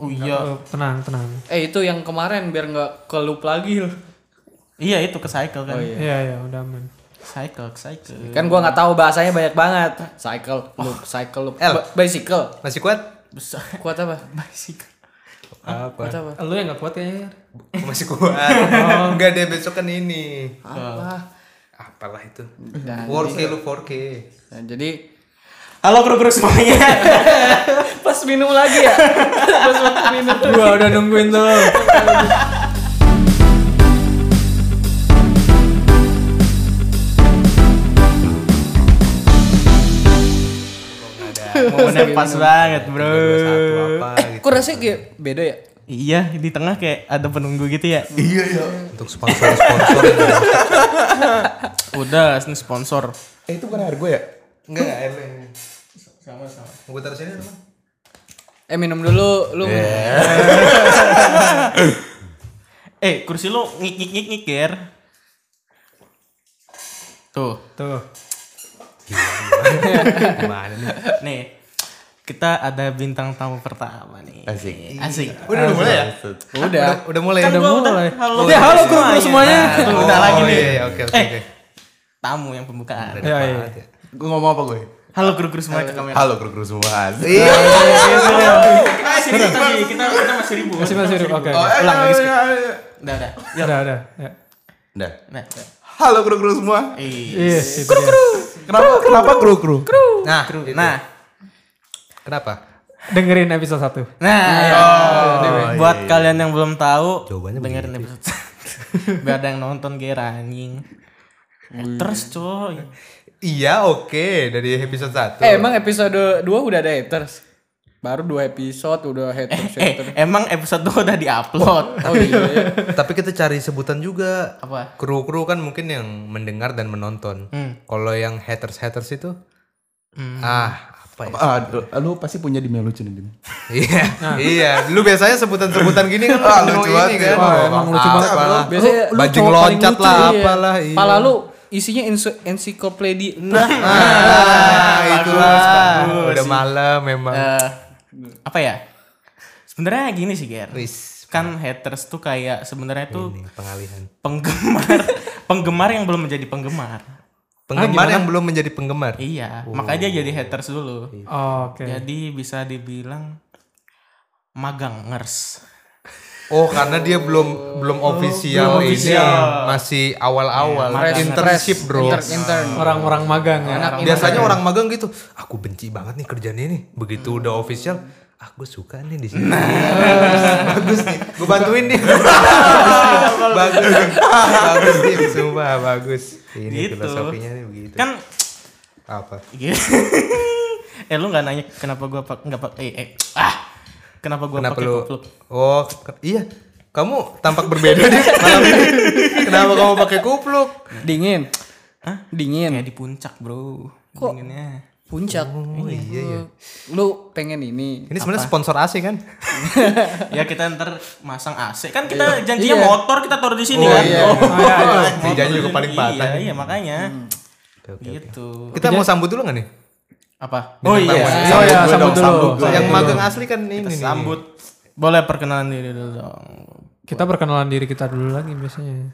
Oh iya. Eh, tenang tenang Eh itu yang kemarin biar nggak kelup lagi loh. Iya itu ke cycle kan. Oh, iya. iya iya udah aman Cycle, ke cycle. Kan gua nggak tahu bahasanya banyak banget. Cycle, loop, cycle, loop. El. Ba- bicycle. Masih kuat? Besar. Kuat apa? Bicycle. Kuat Apa? apa? lu yang ya, gak kuat kayaknya Yar. Oh, Masih kuat. Enggak deh besok kan ini. Apa? Apalah itu. Dan- 4K lu 4K. Nah, jadi Halo kru-kru semuanya. pas minum lagi ya. pas waktu minum. gua udah nungguin tuh Momennya pas banget, Bro. Satu apa gitu. Kok rasanya kayak beda ya? Iya, di tengah kayak ada penunggu gitu ya. Iya ya. Untuk sponsor-sponsor. Udah, ini sponsor. eh itu bukan air gue ya? Enggak, air lu ini. Sama-sama. Gue taruh sini teman. Eh minum dulu lu. Eh, kursi lu ngik-ngik-ngik, Ger. Tuh. tuh Gimana nih? Nih, kita ada bintang tamu pertama nih. Asik. Asik. Iya. Udah, udah mulai ya? Udah. Udah mulai. Kan Udah gua mulai. halo. Ya, halo kru-kru semuanya. Tuh, udah Oh, lagi nih. iya, iya, oke, oke, Eh, oke. Tamu yang pembukaan. ya iya Gue ngomong apa gue? Halo kru-kru semuanya ke kamera. Halo kru kru semua. Iya. Ah, sini, sini. Kita kita masih ribut. masih masih hidup, oke oke. iya, Ulang lagi sekali. Udah, udah. udah udah ya. Udah. Nah, Halo kru kru semua. eh. iya itu dia. Kenapa kenapa kru kru? Nah, Nah, kenapa? dengerin episode 1 Nah, Iya. Oh, buat kalian yang belum tahu, Jawabannya dengerin episode. Biar ada yang nonton kira anjing. Terus coy. Iya, oke dari episode 1. Eh emang episode 2 udah ada haters? Baru 2 episode udah haters. Eh, haters. emang episode 2 udah diupload. Oh iya. Tapi kita cari sebutan juga. Apa? Kru-kru kan mungkin yang mendengar dan menonton. Kalau yang haters-haters itu ah, apa ya? Ah, lu- lu pasti punya di lucu nih. Dim. Iya. Iya, lu biasanya sebutan-sebutan gini kan ah, lucu ini kan. Wah, emang lucu banget, Apalah. Biasanya lu Oh, Bajing cowok paling loncat lucu, lah, iya. apalah. iya. Pala lu isinya enso- ensiklopedia. Nah, Ah, itulah. Udah malam memang. Eh, apa ya? Sebenarnya gini sih, Ger. Wis, Kan haters tuh kayak sebenarnya tuh Iya. ini pengalihan. penggemar penggemar yang belum menjadi penggemar. Penggemar yang belum menjadi penggemar. Iya, Oh. makanya jadi haters dulu. oke Iya. Jadi bisa dibilang magang ngers. Oh, karena dia belum belum Oh, official ini Iya, masih awal-awal internship, Bro. Intern, intern. orang-orang magang ya Iya. Biasanya orang magang gitu, aku benci banget nih kerjaan ini. Begitu udah official, aku suka nih di sini. bagus nih. Gue bantuin dia. bagus. nih. bagus nih, sumpah bagus. Ini Gitu. filosofinya nih begitu. Kan Apa? Iya. eh lu nggak nanya kenapa gua pak nggak pak eh, eh ah kenapa gua Kenapa pakai lu? kupluk? Oh, ke- iya. Kamu tampak berbeda nih malam ini. Kenapa kamu pakai kupluk? Dingin. Dingin. Kayak di puncak bro. Kok? Dinginnya. Puncak. Eh, iya, iya. Lu pengen ini. Ini sebenarnya sponsor asing kan? ya kita ntar masang AC kan kita janjinya motor kita taruh di sini Iya. Oh, kan. iya. Oh, Si Janji juga paling Iya, patah. iya makanya. Gitu. Kita mau sambut dulu gak nih? Apa? Oh iya. oh ya sambut dulu yang magang asli kan ini nih. Sambut. Boleh perkenalan diri dulu dong. kita perkenalan diri kita dulu lagi biasanya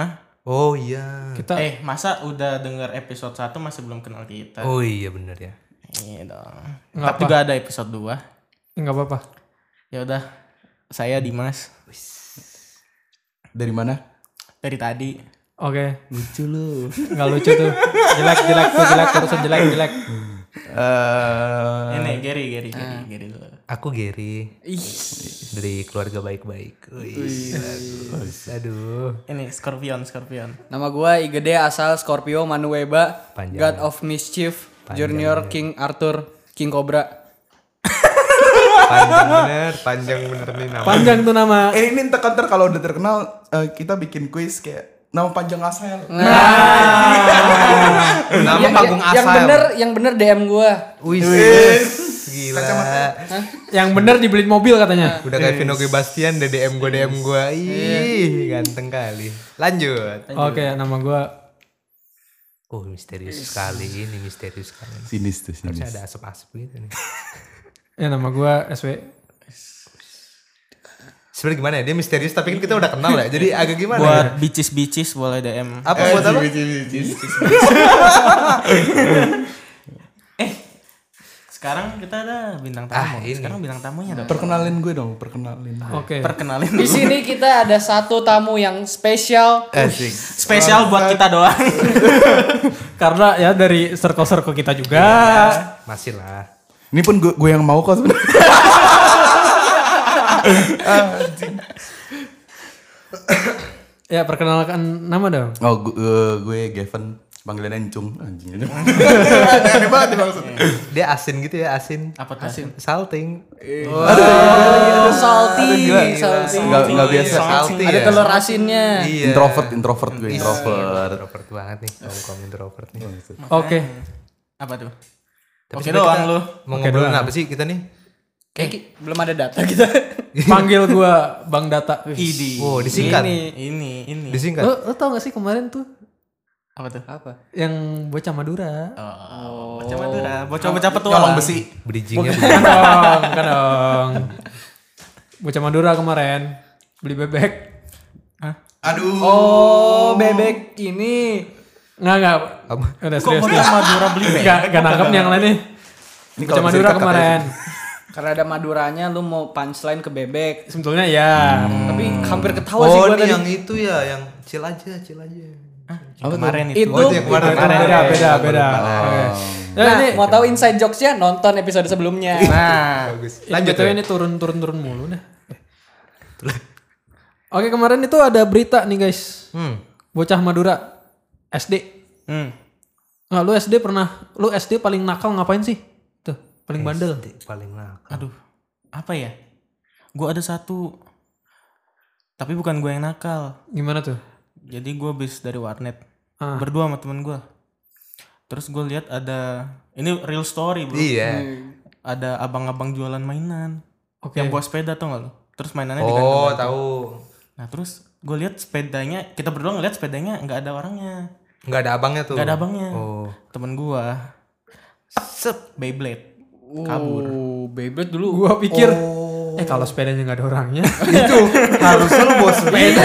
Hah? Oh iya. kita Eh, masa udah denger episode 1 masih belum kenal kita? Oh iya bener ya. Iya dong. Ntar juga ada episode 2. eh, nggak apa-apa Ya udah, saya Dimas Dari mana? dari tadi. oke Lucu lu. nggak lucu tuh jelek jelek tuh jelek terusan jelek jelek Eh, Ini Gary, Gary, Gary, Gary dulu. Aku Gary Ih, dari keluarga baik-baik. Wih, bagus. Aduh. Ini Scorpion, Scorpion. nama gua Igede asal Scorpio Manueba, Panjang. iya. God of Mischief, Junior King Arthur, King Cobra. Panjang bener, panjang bener nih nama. panjang tuh nama Eh ini ntar ntar kalau udah terkenal eh, kita bikin kuis kayak nama panjang Asel. nama Yang- panggung yang- Yang asal. bener, yang bener DM gua. Wih. Gila. yang bener dibeliin mobil katanya Udah kayak Vino Gue Bastian, DDM gue, DM gue. Ih, ganteng kali. Lanjut. oke nama gua Oh, misterius sekali ini, misterius sekali. Sinis tuh Harusnya sinis. ada asap-asap gitu nih. ya nama gua SW sebenarnya gimana ya dia misterius tapi kan kita udah kenal ya jadi agak gimana buat ya? bicis-bicis boleh DM apa buat apa sekarang kita ada bintang tamu Ah, ini. sekarang bintang tamunya ada Perkenalin gue dong, perkenalin. Oke. perkenalin Di sini kita ada satu tamu yang spesial. asik spesial buat kita doang Karena ya dari circle-circle kita juga. masih lah Ini pun gue, gue yang mau kok sebenarnya. Ya perkenalkan nama dong. Oh, gue, gue Gavin, panggilan Encung. Anjing. Aneh banget nih maksudnya. dia asin gitu ya asin apa tuh asin salting Oh, salty, Ah, Gila, Iya. gila. salty. Enggak enggak biasa. salting ya. Ada telur asinnya. Iya. Introvert, introvert gue, introvert. introvert banget nih kaum kaum introvert nih Oke. apa tuh Tapi oke sebenarnya doang kita lu mau ngobrolin apa sih kita nih Kayak Eh, ki- belum ada data kita. Panggil gua Bang Data. Wih. Idi wow Oh, disingkat ini ini ini disingkat Lo, lo tau gak sih kemarin tuh apa tuh Apa? yang bocah Madura? Oh. bocah madura bocah bocah petualang Kalong besi. bridgingnya Bukan dong, bukan dong. Bocah Madura kemarin beli bebek. Aduh. Oh, bebek ini. Nggak nggak. Apa? Udah kok serius. bocah madura beli bebek? Nggak nggak nangkep yang lain nih. Ini Bocah kalau bisa Madura dikat-kat kemarin. Karena ada maduranya lu mau punchline ke bebek. Sebetulnya ya. Tapi hampir ketawa sih oh gua ini tadi. yang itu ya yang chill aja chill aja kemarin itu, Itu Oh, itu yang kemarin. Kemarin beda beda beda. Oke. Ya, Nah, ini mau tahu inside jokes-nya nonton episode sebelumnya. nah bagus Lanjut Ya, ini turun turun turun mulu dah. Oke kemarin itu ada berita nih guys. hmm Bocah Madura SD. hmm. Nggak, lu SD pernah, lu SD paling nakal ngapain sih? Tuh, paling bandel. paling nakal aduh apa ya gue ada satu tapi bukan gue yang nakal Gimana tuh? jadi gue bis dari warnet Ah. berdua sama temen gue terus gue lihat ada ini real story bro iya ada abang-abang jualan mainan Oke. yang bawa sepeda tau gak lu terus mainannya di oh tahu nah terus gue lihat sepedanya kita berdua ngeliat sepedanya nggak ada orangnya nggak ada abangnya tuh nggak ada abangnya oh temen gue sep Beyblade kabur Oh, Beyblade dulu. Gua pikir eh kalau sepedanya nggak ada orangnya. itu harusnya lu bawa sepeda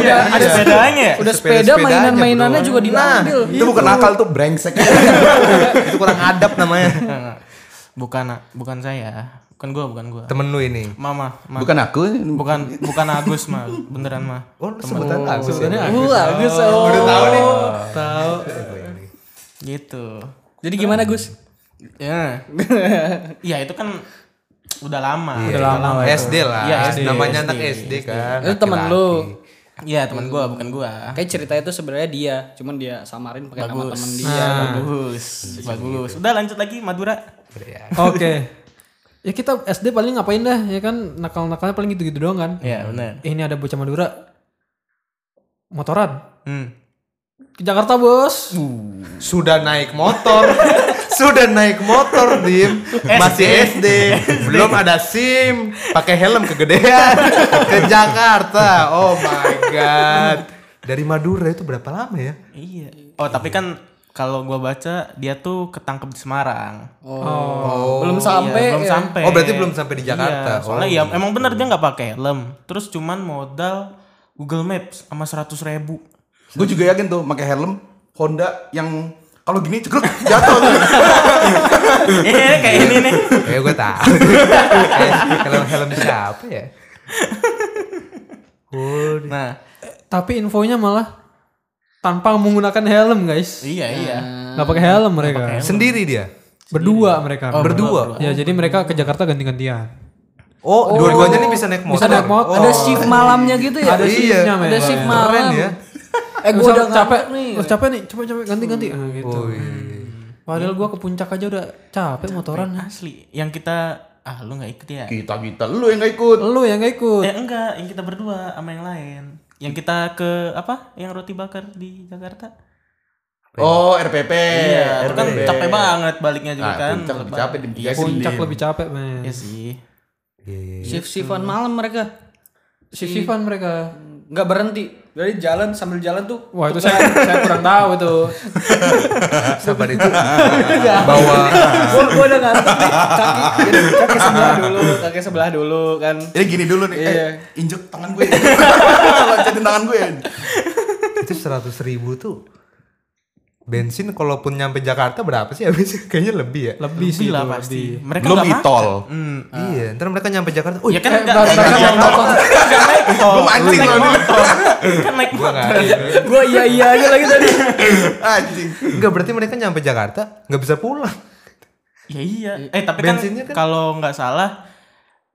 Iya, ada sepedanya ya? Udah Sepeda-sepedanya, sepeda mainan-mainannya bro. juga diambil. Itu bukan nakal tuh brengsek. itu kurang adab namanya Nggak, nggak. bukan bukan saya bukan gue bukan gue temen lu ini mama ma. bukan aku. bukan bukan Agus mah beneran mah oh lu sebutan Agus ya? Wah, Gus. oh. udah tahu nih Tahu. gitu Jadi gimana, Gus? ya ya itu kan udah lama Iya, Udah lama lah. itu. SD lah Iya, SD, namanya SD, anak SD kan Itu temen lu. Iya teman gua bukan gua. Kayak cerita itu sebenarnya dia, cuman dia samarin pakai nama temen dia. Ah, bagus, bagus. Udah lanjut lagi Madura. Iya. Oke. Ya kita SD paling ngapain dah? Ya kan nakal-nakalnya paling gitu-gitu doang kan. Iya benar. Eh, Ini ada bocah Madura motoran Hmm. ke Jakarta, Bos. sudah naik motor sudah naik motor dim masih SD belum ada SIM pakai helm kegedean ke Jakarta oh my god dari Madura itu berapa lama ya Iya. Oh tapi kan kalau gua baca dia tuh ketangkep di Semarang. Belum Iya, sampai. belum ya. sampai. Oh, berarti belum sampai di Jakarta. Oh, Iya, soalnya ya emang bener dia nggak pakai helm. Terus cuman modal Google Maps sama seratus ribu. Gue juga yakin tuh pakai helm Honda yang kalau gini cekrek jatuh tuh. Iya kayak ini nih. kayak gue Eh, tahu helm helm siapa ya Nah Eh, Tapi infonya malah tanpa menggunakan helm, guys. iya iya. Nggak pakai helm mereka. sendiri dia Berdua mereka. berdua Ya, jadi mereka ke Jakarta ganti-gantian. oh, dua-duanya ini bisa naik motor Iya. Bisa naik motor. Ada shift malamnya gitu ya? oh, iya. Ada shiftnya, men. Ada shift Keren malam. ya. Eh, Lu gua udah capek, capek Lu Iya. ngantuk nih. Oh, capek nih, coba coba ganti ganti. Nah, gitu. Oh, iya. Padahal gua ke puncak aja udah capek motoran. Nah. Asli yang kita ah lu nggak ikut ya? Kita kita lu yang gak ikut. Lu yang gak ikut. Ya enggak, yang kita berdua sama yang lain. Yang kita ke apa? Yang roti bakar di Jakarta. Oh RPP. Eh, Iya, itu kan capek banget baliknya juga Ah, Nah, kan. puncak lebih capek di Iya sih. Puncak lebih capek, men. Iya sih. Shift-shiftan malam mereka. Shift-shiftan mereka. Nggak berhenti. Dari jalan sambil jalan tuh. Wah itu saya, saya kurang tahu itu. Sabar itu bawa gua gua udah ngantuk nih. Kaki, kaki sebelah dulu, kaki sebelah dulu kan. Jadi Ya, gini dulu nih, Iya. eh, injek tangan gue. Loncatin tangan gue. itu seratus ribu tuh bensin kalaupun nyampe Jakarta berapa sih habis kayaknya lebih ya Lebih sih lah itu, pasti. lebih. Mereka Belum nggak makan. itol. Hmm. iya ntar mereka nyampe Jakarta oh Ya kan Eh, enggak baru- baru- naik baru- motor. Nggak naik tol. Gua mancing Naik loh ini. motor. Kan naik gua motor. nggak ada. Gua iya iya aja lagi tadi. Anjing. Enggak berarti mereka nyampe Jakarta nggak bisa pulang Ya iya. Eh tapi kan, Bensinnya kan- kalau nggak salah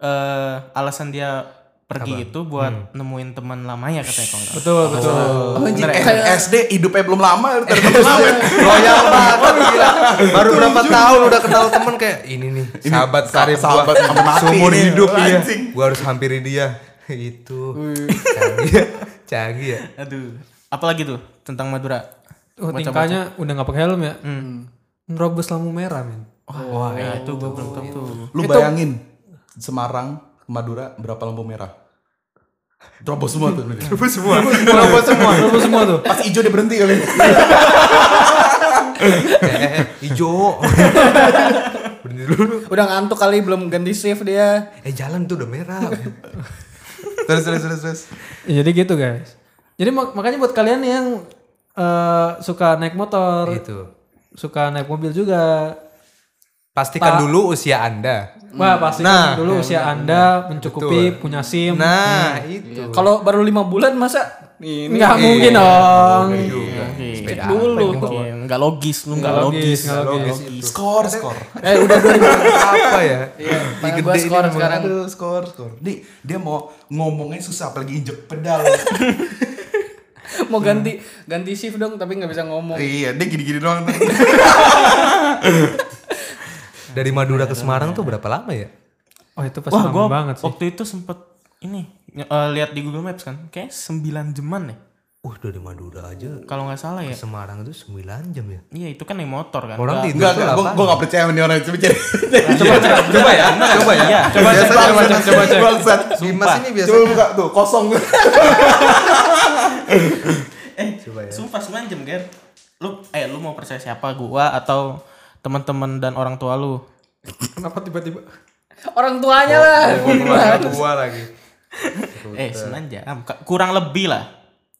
eh alasan dia pergi itu buat nemuin teman lamanya katanya kalau nggak salah. Betul betul. Anjing, SD hidupnya belum lama, udah temen lama. loyal banget gila. baru berapa tahun udah kenal temen kayak ini nih sahabat karib gua sahabat sampai mati seumur ini, hidup iya anjing. gua harus hampiri dia itu canggih ya canggih ya Aduh. Apalagi tuh tentang Madura. Oh, tingkahnya udah nggak pakai helm ya? Nerobos lampu merah men. Wah, Hmm. ya, itu gue belum tahu tuh. Lu bayangin Semarang ke Madura berapa lampu merah? Terobos semua tuh. Terobos semua. Nerobos semua, nerobos semua tuh. Pas hijau dia berhenti kali. Eh, eh, eh, ijo berhenti dulu Udah ngantuk kali belum ganti shift dia. eh jalan tuh udah merah Terus terus terus terus. Ya, jadi gitu guys. Jadi mak- makanya buat kalian yang eh, suka naik motor, itu suka naik mobil juga. pastikan dulu usia anda Wah pasti Nah. dulu usia anda mencukupi Betul. punya SIM. nah Iya, itu Kalau baru lima bulan masa ini Nggak mungkin dong. Cek dulu. Iya, Nggak logis, lu nggak logis. nggak logis. Skor skor. eh udah 2000 apa ya iya, tangan gua skor sekarang. aduh skor skor Di dia mau ngomongnya susah apalagi injek pedal. mau ganti ganti shift dong tapi nggak bisa ngomong. iya, dia gini-gini doang. dari Madura ke Semarang tuh berapa lama ya Oh itu pas Wah, lama gue banget sih. waktu itu sempet ini ny- eh, lihat di Google Maps kan, kayak 9 jaman ya. uh dari Madura aja Kalau nggak salah ya. Semarang itu 9 jam ya Iya, itu kan naik motor kan. Orang Nggak- tidur Enggak, tuh enggak, gua apaan? gua enggak percaya sama nih orang coba cari. coba ya, coba ya. Iya. Coba Biasa cek, coba bangsat, cek, coba cek. bangsat. Dimas ini Coba biasanya buka tuh, kosong. Eh, sumpah 9 jam, Ger. Lu eh lu mau percaya siapa gua atau teman-teman dan orang tua lu? Kenapa tiba-tiba? Orang tuanya lah. tua lagi. Eh, 9 jam. Ka- Kurang lebih lah.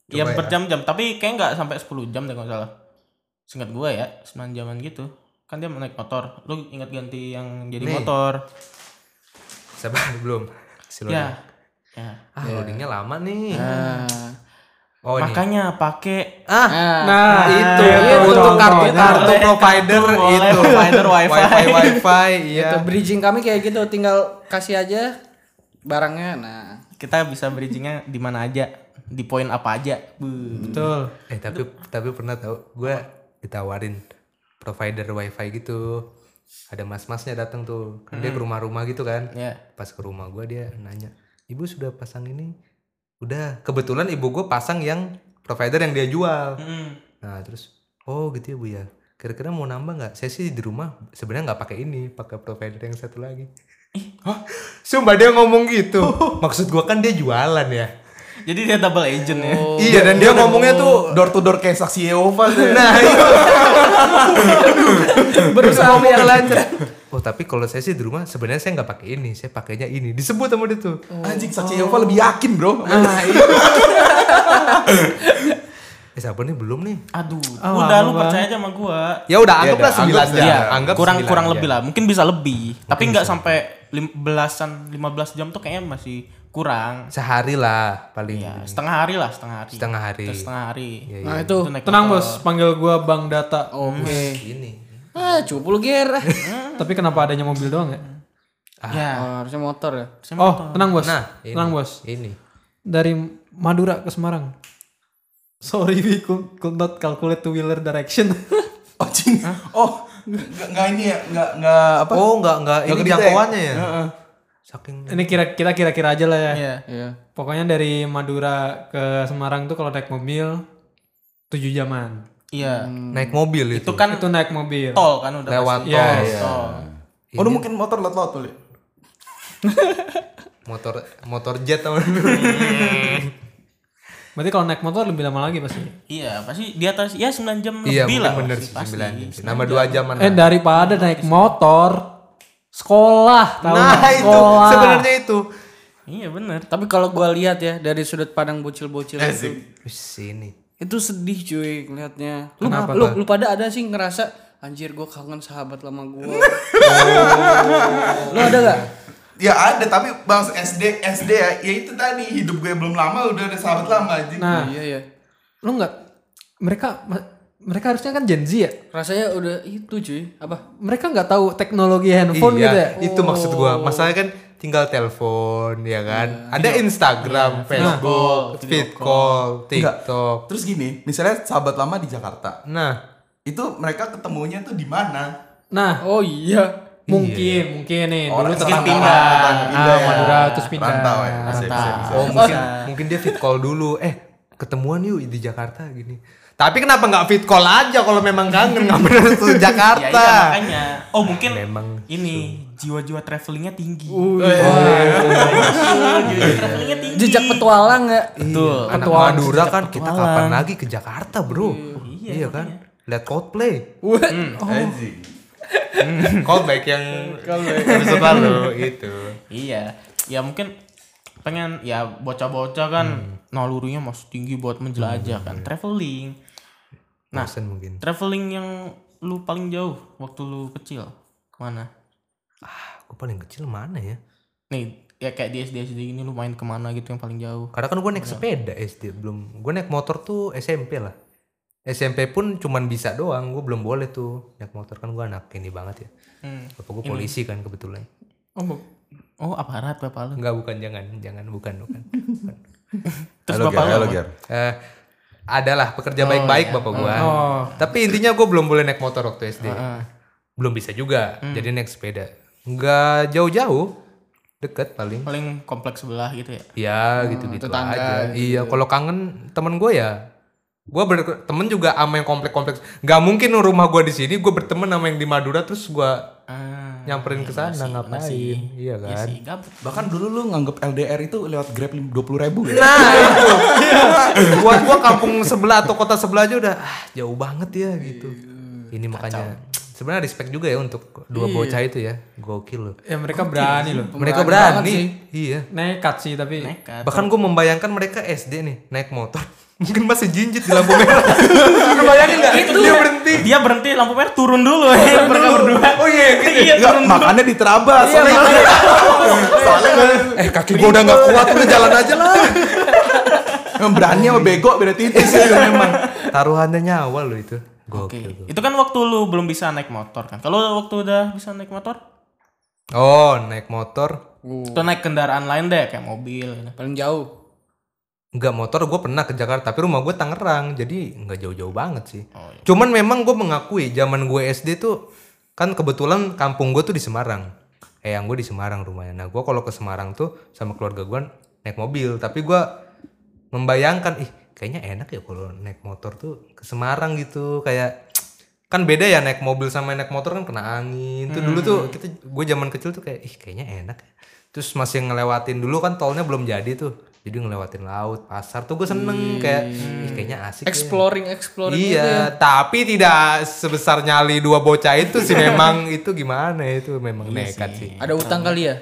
ya berjam-jam, tapi kayak nggak sampai 10 jam deh kalau nggak salah. Singkat gua ya, 9 jaman gitu. Kan dia naik motor. Lu ingat ganti yang jadi motor. Sabar belum. Si loading. Ya. Ya. Ah, loadingnya lama nih. Oh, ini. Makanya pakai Ah, Nah, itu itu untuk contohnya. kartu kartu Boleh, provider kartu boleh, itu provider wifi. wifi wifi iya Tuh, bridging kami kayak gitu tinggal kasih aja barangnya. Nah, kita bisa bridgingnya di mana aja, di poin apa aja. Bu. Betul. eh tapi tapi pernah tahu gue ditawarin provider wifi gitu ada mas-masnya datang tuh kan dia ke rumah-rumah gitu kan Ya. pas ke rumah gue dia nanya ibu sudah pasang ini udah kebetulan ibu gue pasang yang provider yang dia jual Mm. Nah terus oh gitu ya bu ya. Kira-kira mau nambah nggak? Saya sih di rumah sebenarnya nggak pakai ini, pakai provider yang satu lagi. Hah? Sumpah dia ngomong gitu. Maksud gua kan dia jualan ya. Jadi dia double agent ya. iya dan dia, ngomongnya tuh door to door kayak saksi Yehova tuh. nah itu berusaha biar lancar. Oh tapi kalau saya sih di rumah sebenarnya saya nggak pakai ini, saya pakainya ini. Disebut sama dia tuh. Anjing saksi Yehova lebih yakin, Bro. Eh sabar nih belum nih. Aduh, Ah, udah lama lu banget. percaya aja sama gua. Ya udah Ya anggaplah udah, sembilan anggap jam. sembilan. Anggap Iya, kurang sembilan ya. iya. kurang jam. lebih lah, mungkin bisa lebih. Tapi nggak sampai lim- belasan 15 jam tuh kayaknya masih kurang. Sehari lah paling. Ya, setengah hari lah, setengah hari. Hmm. Setengah hari. Terus setengah hari. Iya, Nah, itu. naik Tenang motor. bos, panggil gua Bang Data. Oke. Ini. Ah, cupu lu ger. Tapi kenapa adanya mobil doang ya? Ah. Ya. Oh, harusnya motor ya. Oh, tenang bos. Nah, ini. tenang bos. Ini. Dari Madura ke Semarang. Sorry, we could, could not calculate two wheeler direction. Oh, cing. Oh, nggak nggak ini ya, nggak nggak apa? Oh nggak nggak ini kedetek. jangkauannya ya. Saking Ini kira kita kira-kira aja lah ya. Iya. Iya. Pokoknya dari Madura ke Semarang tuh kalau naik mobil 7 jaman. Iya. Hmm. naik mobil itu. Itu kan Itu naik mobil. Oh. tol kan udah lewat pasti. tol. iya. Yes. Tol. Oh, lu mungkin motor lot-lot tuh. Li. Motor motor jet sama Berarti kalau naik motor lebih lama lagi pasti. Iya, pasti di atas ya 9 jam Iya lebih lah. mungkin bener pasti, sih pasti. 9 jam sih. Nama 2 jaman Eh lah. daripada naik motor sekolah tahu Nah nggak? itu sekolah. sebenarnya itu. Iya bener. Tapi kalau gua lihat ya dari sudut pandang bocil-bocil itu, Wih, Sini. itu sedih cuy ngelihatnya. Lu, lu, lu pada ada sih ngerasa anjir gua kangen sahabat lama gua. Lu ada gak? Ya ada tapi bang SD SD ya, ya itu tadi hidup gue belum lama udah ada sahabat lama anjing. Nah, Iya ya. lu nggak mereka mereka harusnya kan Gen Z ya. Rasanya udah itu cuy. Apa? Mereka nggak tahu teknologi handphone iya, gitu ya. itu maksud gua. Masalahnya kan tinggal telepon ya kan. Iya. Ada Instagram, Facebook, feed call, TikTok. Terus gini, misalnya sahabat lama di Jakarta, Nah, itu mereka ketemunya tuh di mana? Nah, Oh iya. mungkin mungkin nih dulu Orang tuh orang- pindah. orang ah, pindah ya. Madura terus pindah. Rantau ya. Bisa, bisa, bisa. oh mungkin mungkin dia feed call dulu. Eh, ketemuan yuk di Jakarta gini. Tapi kenapa nggak feed call aja kalau memang kangen nggak bener tuh Ya, Jakarta. iya, makanya. Oh mungkin Memang ini jiwa-jiwa travelingnya tinggi. travelingnya tinggi. Jejak petualang gak? Iya. Betul. Anak Petualang, Madura sejak kan kita petualang. kapan lagi ke Jakarta, Bro? Iya, kan? Lihat Coldplay. Anjing. Callback yang gitu. episode lalu itu. Iya. Ya mungkin pengen ya bocah-bocah kan Hmm. nalurinya masih tinggi buat menjelajah kan traveling. Nah, Bosen mungkin. traveling yang lu paling jauh waktu lu kecil kemana? Aku Ah, paling kecil mana ya? Nih ya kayak di SD SD ini lu main kemana gitu yang paling jauh? Karena kan gue naik sepeda SD belum. Gue naik motor tuh SMP lah. SMP pun cuman bisa doang. Gue belum boleh tuh naik motor kan gue anak ini banget ya. Hmm. Bapak gue polisi kan kebetulan. Oh aparat bapak lu. Enggak bukan jangan jangan bukan bukan. Terus bapak lu apa? Eh, adalah pekerja Oh, baik-baik iya. bapak gue. Tapi intinya gue belum boleh naik motor waktu SD. Belum bisa juga. Hmm. Jadi naik sepeda. Enggak jauh-jauh. Deket paling. paling kompleks sebelah gitu ya. Ya gitu-gitu aja. gitu. Iya, kalau kangen temen gue ya gue berteman juga sama yang kompleks-kompleks. Gak mungkin rumah gue di sini, gue berteman sama yang di Madura terus gue Ah, nyamperin ke sana ngapain? iya Iya kan? sih, gabut. Bahkan dulu lu nganggep LDR itu lewat Grab 20 ribu ya? Nah Iya. itu, buat gue kampung sebelah atau kota sebelah aja udah ah, jauh banget Iya. ya gitu. Ini makanya sebenarnya respect juga ya untuk dua bocah itu ya, gokil loh. Ya mereka berani loh. Mereka Iya. banget sih. berani, iya. Nekat sih tapi Nekat. Bahkan gue membayangkan mereka SD nih naik motor, mungkin masih jinjit di lampu merah. Lu bayangin nggak? Dia berhenti. Dia berhenti lampu merah turun dulu. Mereka berdua. Oh iya, gitu. Iya, Enggak, makannya diterabas. soalnya kan- soalnya kan- gue- Eh kaki gue udah nggak kuat, udah jalan aja lah. yang berani sama bego beda titis ya memang. Taruhannya nyawa lo itu. Oke. Gokil. Itu kan waktu lu belum bisa naik motor kan. Kalau waktu udah bisa naik motor, Oh naik motor. atau naik kendaraan lain deh kayak mobil gitu. Paling jauh. Nggak motor gue pernah ke Jakarta, tapi rumah gue Tangerang, jadi nggak jauh-jauh banget sih. Oh, iya. Cuman memang gue mengakui zaman gue SD tuh kan kebetulan kampung gue tuh di Semarang. Eh yang gue di Semarang rumahnya. Nah gue kalau ke Semarang tuh sama keluarga gue naik mobil, tapi gue membayangkan ih kayaknya enak ya kalau naik motor tuh ke Semarang gitu kayak kan beda ya naik mobil sama naik motor kan kena angin tuh dulu tuh kita gue zaman kecil tuh kayak ih kayaknya enak ya. terus masih ngelewatin dulu kan tolnya belum jadi tuh jadi ngelewatin laut pasar tuh gue seneng kayak ih kayaknya asik ya. Exploring exploring iya tapi tidak sebesar nyali dua bocah itu sih memang itu gimana ya, itu memang nekat sih, Ada utang kali ya?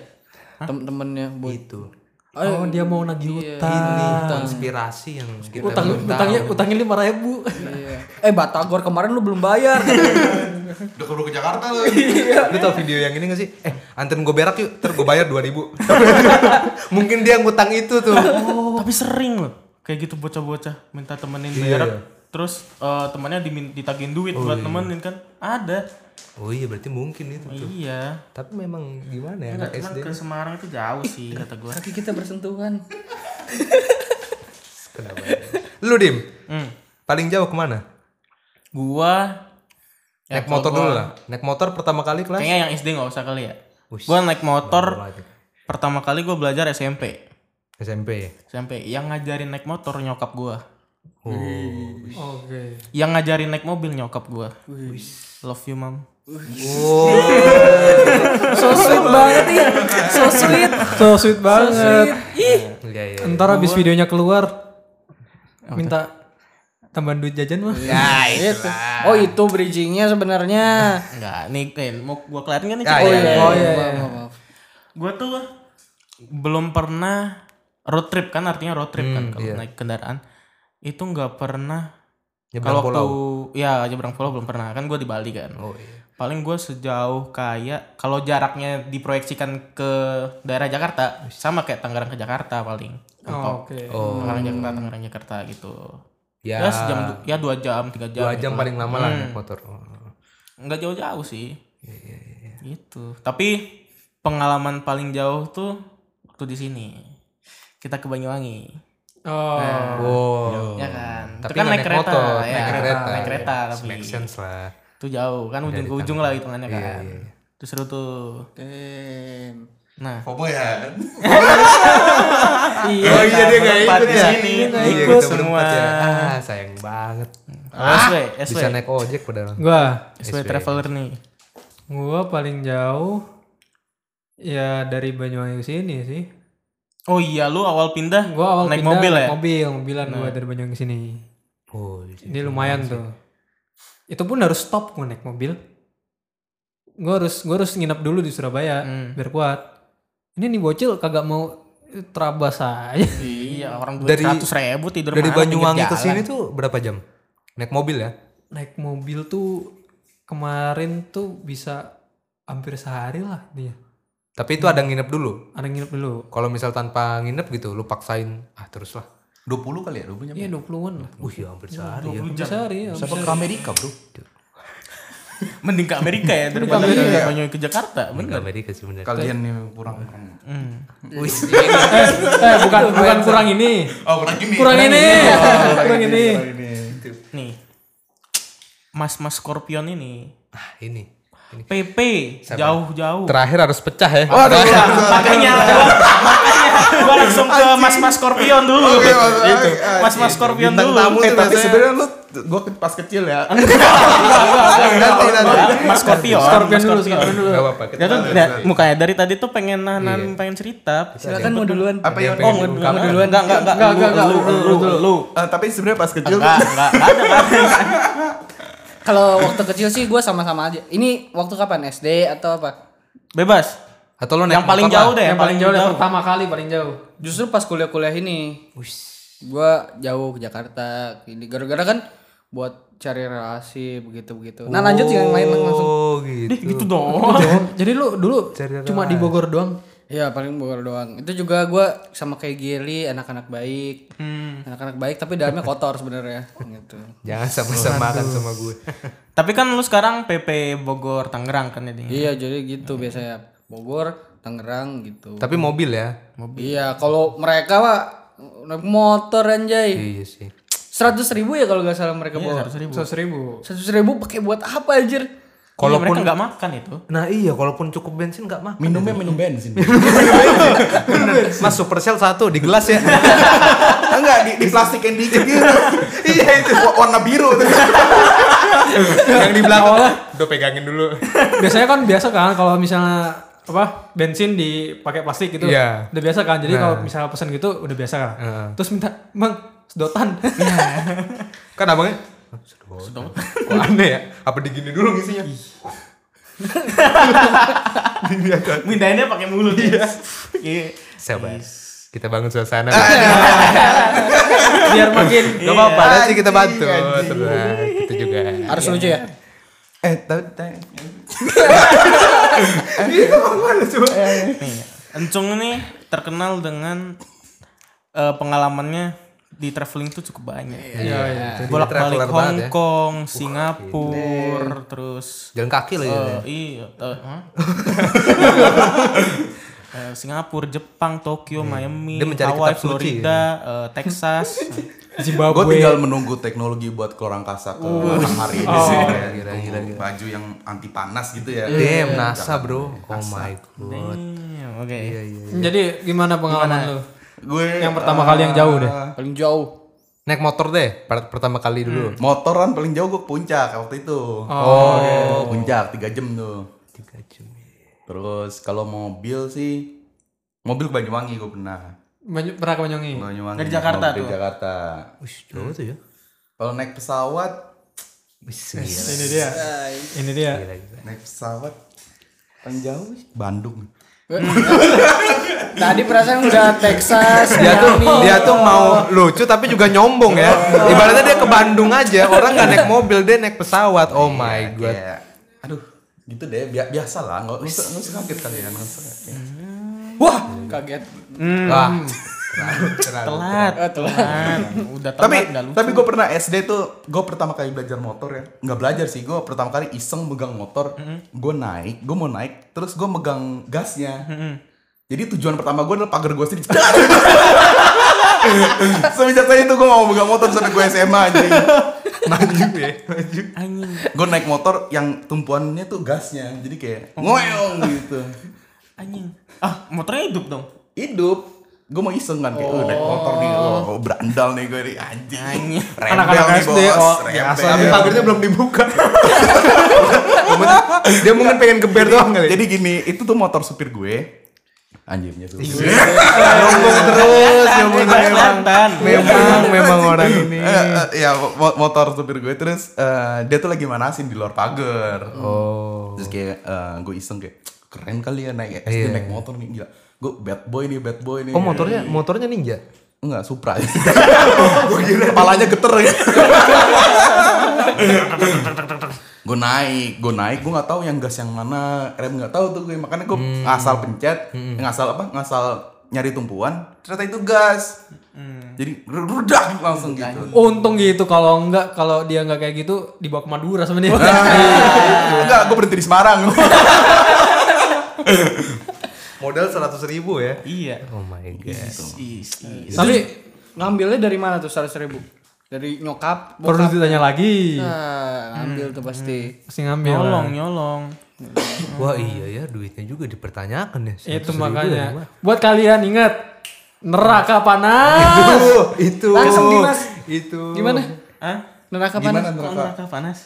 Tem-temennya boy. itu oh dia mau nagih ini utang. konspirasi yang kita Utang utangnya utangnya lima ribu. Iya. Eh Batagor kemarin lu belum bayar. Udah keburu ke Jakarta kan. lu. Lu tau video yang ini gak sih? Eh, anterin gue berak yuk, ntar gue bayar 2000 Mungkin dia ngutang itu tuh Oh. Tapi sering loh kayak gitu bocah-bocah minta temenin Iya, bayar. Terus eh, temannya dimin- ditagihin duit Oh, buat iya. temenin kan. Ada. Oh iya, berarti mungkin itu tuh Iya. Tapi memang gimana ya, anak Cuman SD ke Semarang itu jauh sih kata gua. Kaki kita bersentuhan. kenapa ya? Lu Dim, Hmm. paling jauh kemana? Gua Ya, Naik motor dulu lah Naik motor pertama kali kelas? Kayaknya yang SD nggak usah kali ya. Gue naik motor pertama kali gue belajar SMP. SMP ya? SMP yang ngajarin naik motor nyokap gue. Oh, Oke. Yang ngajarin naik mobil nyokap gue. Love you mom. So sweet banget ya. So sweet. So sweet banget. iya iya Ntar abis videonya keluar minta tambahan duit jajan mah. Ya Itu. Oh itu bridgingnya sebenarnya. Enggak, nih Ken, mau gua kelarin kan nih. Ya, Cak? ya, ya. Oh iya. iya. Gua tuh belum pernah road trip kan artinya road trip Hmm, kan iya. kalau naik kendaraan itu nggak pernah Nyebrang kalau waktu pulau. Oh, iya. ya nyebrang pulau belum pernah kan gue di Bali kan paling gue sejauh kayak kalau jaraknya diproyeksikan ke daerah Jakarta sama kayak Tangerang ke Jakarta paling Oh, Oke. Tangerang Jakarta Tangerang Jakarta gitu Ya, ya sejam du- ya dua jam tiga jam gitu. Hmm. dua jam paling lama lah naik motor. Oh, nggak jauh-jauh sih Iya, gitu tapi pengalaman paling jauh tuh waktu di sini kita ke Banyuwangi Oh. Wow. ya kan Oh, Ah, Tapi itu kan nggak naik naik kereta motor, ya naik kereta. naik kereta tapi Make sense lah. itu jauh kan ujung ke ujung lah hitungannya kan iya, iya. itu seru tuh Damn. nah Homo ya. iya Oh iya dia nggak ikut di ya. sini Iya, ikut kita semua Ah, berempat ya. Ah, sayang banget. SW SW Bisa naik ojek padahal. Gua SW traveler nih Gua paling jauh ya dari Banyuwangi ke sini sih. oh iya lu awal pindah Gua awal naik pindah, mobil naik ya mobil, Nah. mobilan gua dari Banyuwangi ke sini. Oh, Ini lumayan tuh. Itu pun harus stop gua naik mobil. Gua harus gua harus nginep dulu di Surabaya Hmm. biar kuat. Ini nih bocil kagak mau terabas aja. iya orang duit Dari- seratus ribu tidur Dari mana, pinggir Banyuwangi ke jalan. sini tuh berapa jam? Naik mobil ya? naik mobil tuh kemarin tuh bisa hampir sehari lah dia. Tapi itu ada nginep dulu. Ada nginep dulu. Kalau misal tanpa nginep gitu, lu paksain, ah terus lah. 20 kali ya, 20 jam. Iya 20-an lah. Wih, ya hampir sehari ya. Hampir sehari ya. Siapa ke Amerika, Bro? mending ke Amerika ya daripada ke Banyuwangi ke Jakarta Ke bener Amerika sebenarnya. Kalian nih kurang kurang. Eh, bukan bukan kurang ini. Oh, kurang ini. Kurang ini. Kurang ini. Kurang ini. nih mas-mas Scorpion ini Ah, ini. PP jauh-jauh Terakhir harus pecah ya. makanya gua, makanya gua langsung ke mas mas Scorpion dulu Itu. mas mas Scorpion Bintang dulu tamu Eh, tuh tapi sebenarnya lu gua ke- pas kecil ya. Nanti nanti. mas Scorpion Scorpion Mas Scorpion. dulu, Scorpion dulu. Gak apa-apa. kita- dia tuh da- mukanya dari tadi tuh pengen nahan pengen cerita Silakan mau duluan. Apa yang oh nggak nggak duluan nggak nggak nggak Nggak, nggak, lu nggak, lu lu lu Eh, tapi sebenarnya pas kecil nggak nggak nggak ada Kalau waktu kecil sih gue sama-sama aja. Ini waktu kapan? SD atau apa? bebas Atau lu naik yang paling motor jauh lah. deh yang paling jauh yang pertama kali paling jauh. Justru pas kuliah-kuliah ini. Gue jauh ke Jakarta. Ini gara-gara kan buat cari relasi begitu-begitu. Nah lanjut yang lain langsung. Oh, gitu. gitu dong Jadi lu dulu cuma di Bogor doang. Iya paling Bogor doang. Itu juga gue sama kayak Gili, anak-anak baik, Hmm. anak-anak baik tapi dalamnya kotor sebenarnya. Gitu. Jangan sama-sama makan sama gue. tapi kan lu sekarang PP Bogor Tangerang kan ini Iya jadi gitu biasanya Bogor, Tangerang gitu. Tapi mobil ya. Iya kalau mereka pak naik motor anjay Iya sih. seratus ribu ya kalau nggak salah mereka bawa seratus ribu Seratus ribu. seratus ribu pakai buat apa anjir? kalau mereka nggak makan itu Nah iya, kalaupun cukup bensin nggak mah. minumnya minum bensin. Mas Supercell satu di gelas ya. Enggak di, di plastikin dikit gitu. Iya itu warna biru tuh. Yang di belakang. Udah pegangin dulu. Biasanya kan biasa kan kalau misalnya apa bensin dipakai plastik gitu Iya. udah biasa kan jadi kalau misalnya pesan gitu udah biasa kan Heeh. terus minta bang sedotan Kan abangnya. Sedot. Kok aneh ya? Apa digini dulu ngisinya? mindainnya pakai mulut ya iya Sabar. Kita bangun suasana. biar makin Gak apa-apa, nanti kita bantu. Tenang, kita juga. Iya. Harus lucu ya. Eh tapi tapi- Iya. Nih, Encung ini terkenal dengan eh, pengalamannya di traveling tuh cukup banyak. Bolak-balik Iya. traveler banget Hong ya. Kong, Singapura, terus Jalan kaki lah ya. eh, iya, eh, hah? Eh, Singapura, Jepang, Tokyo, Miami, Dia mencari Hawaii, kitab suci, Florida, eh, Texas. Gue tinggal menunggu teknologi buat keluar angkasa ke matahari ini sih. Kayak gitu. Baju yang anti panas gitu ya. Damn, Iya, NASA bro. Oh my god. Iya, Oke. jadi gimana pengalaman lu gitu. Gue yang pertama kali yang jauh deh Paling jauh. Naik motor deh, per- pertama kali dulu. eh, motoran paling jauh gue ke puncak waktu itu. Oh, puncak 3 jam tuh. 3 jam. Terus kalau mobil sih mobil ke Banyuwangi gue pernah. Banyu- pernah ke Banyuwangi? Banyuwangi. Dari Jakarta Dari tuh. Jakarta. Wih, jauh tuh ya. Kalau naik pesawat, Wih, gila. Ini dia. Ini dia. naik pesawat paling jauh Bandung. Tadi perasaan udah Texas, Dia tuh Miami. dia tuh mau lucu tapi juga nyombong ya. Ibaratnya dia ke Bandung aja, orang nggak naik mobil dia naik pesawat. Oh my god. Kayak, aduh, gitu deh. Bi- biasa lah. Nggak usah nggak usah kaget kali ya. nggak usah kaget. Wah. kaget. Wah. Telat. Eh, telat. Telat. Udah telat. Tapi udah lupa. tapi gue pernah SD tuh, gue pertama kali belajar motor ya. Nggak belajar sih, gue pertama kali iseng megang motor. Gue naik, gue mau naik, terus gue megang gasnya. Jadi tujuan pertama gue adalah pagar gue sendiri. Semenjak tadi tuh gue mau megang motor sampai gue SMA aja. Maju ya, maju. Anjing. Gue naik motor yang tumpuannya tuh gasnya, jadi kayak ngoyong gitu. Anjing. Ah, motornya hidup dong. Hidup, gue mau iseng kan kayak, oh. naik motor nih, oh, berandal nih gue nih anjing. Rebel Anak-anak nih, SD, bos, oh, ya, rebel. biasa Tapi dia. pagarnya belum dibuka. Dia mungkin pengen geber doang kali. jadi gini, itu tuh motor supir gue. Anjingnya tuh. nyombong terus, nyombong Emang memang. Selatan. Memang memang orang ini. Eh, eh, ya mo- motor supir gue terus eh, dia tuh lagi manasin di luar pagar. Oh. Terus kayak eh, gue iseng kayak "Cuk, keren kali ya naik SD naik motor nih gila. Gue bad boy nih, bad boy nih. Iya. Oh motornya motornya ninja. Enggak, Supra. gue kira kepalanya geter ya. gue naik, gue naik, gue nggak tahu yang gas yang mana, rem nggak tahu tuh gue, makanya gue Hmm. ngasal pencet, ngasal apa, ngasal nyari tumpuan, ternyata itu gas, Hmm. jadi rudak langsung gitu. Untung gitu kalau enggak kalau dia enggak kayak gitu dibawa ke Madura sama dia. Enggak, gue berhenti di Semarang. Modal seratus ribu ya. Iya. Oh my god. Is, is. Tapi Ngambilnya dari mana tuh 100 ribu? Dari nyokap, perlu bokap. ditanya lagi. Nah, ngambil tuh pasti. Pasti ngambil. Nyolong, nyolong. Wah iya ya duitnya juga dipertanyakan ya. Itu 100.000 ya, makanya. Wak. Buat kalian ingat neraka panas. Itu itu. Langsung, Dimas. Itu. Gimana? Hah? Neraka Gimana panas? Kok neraka? neraka panas?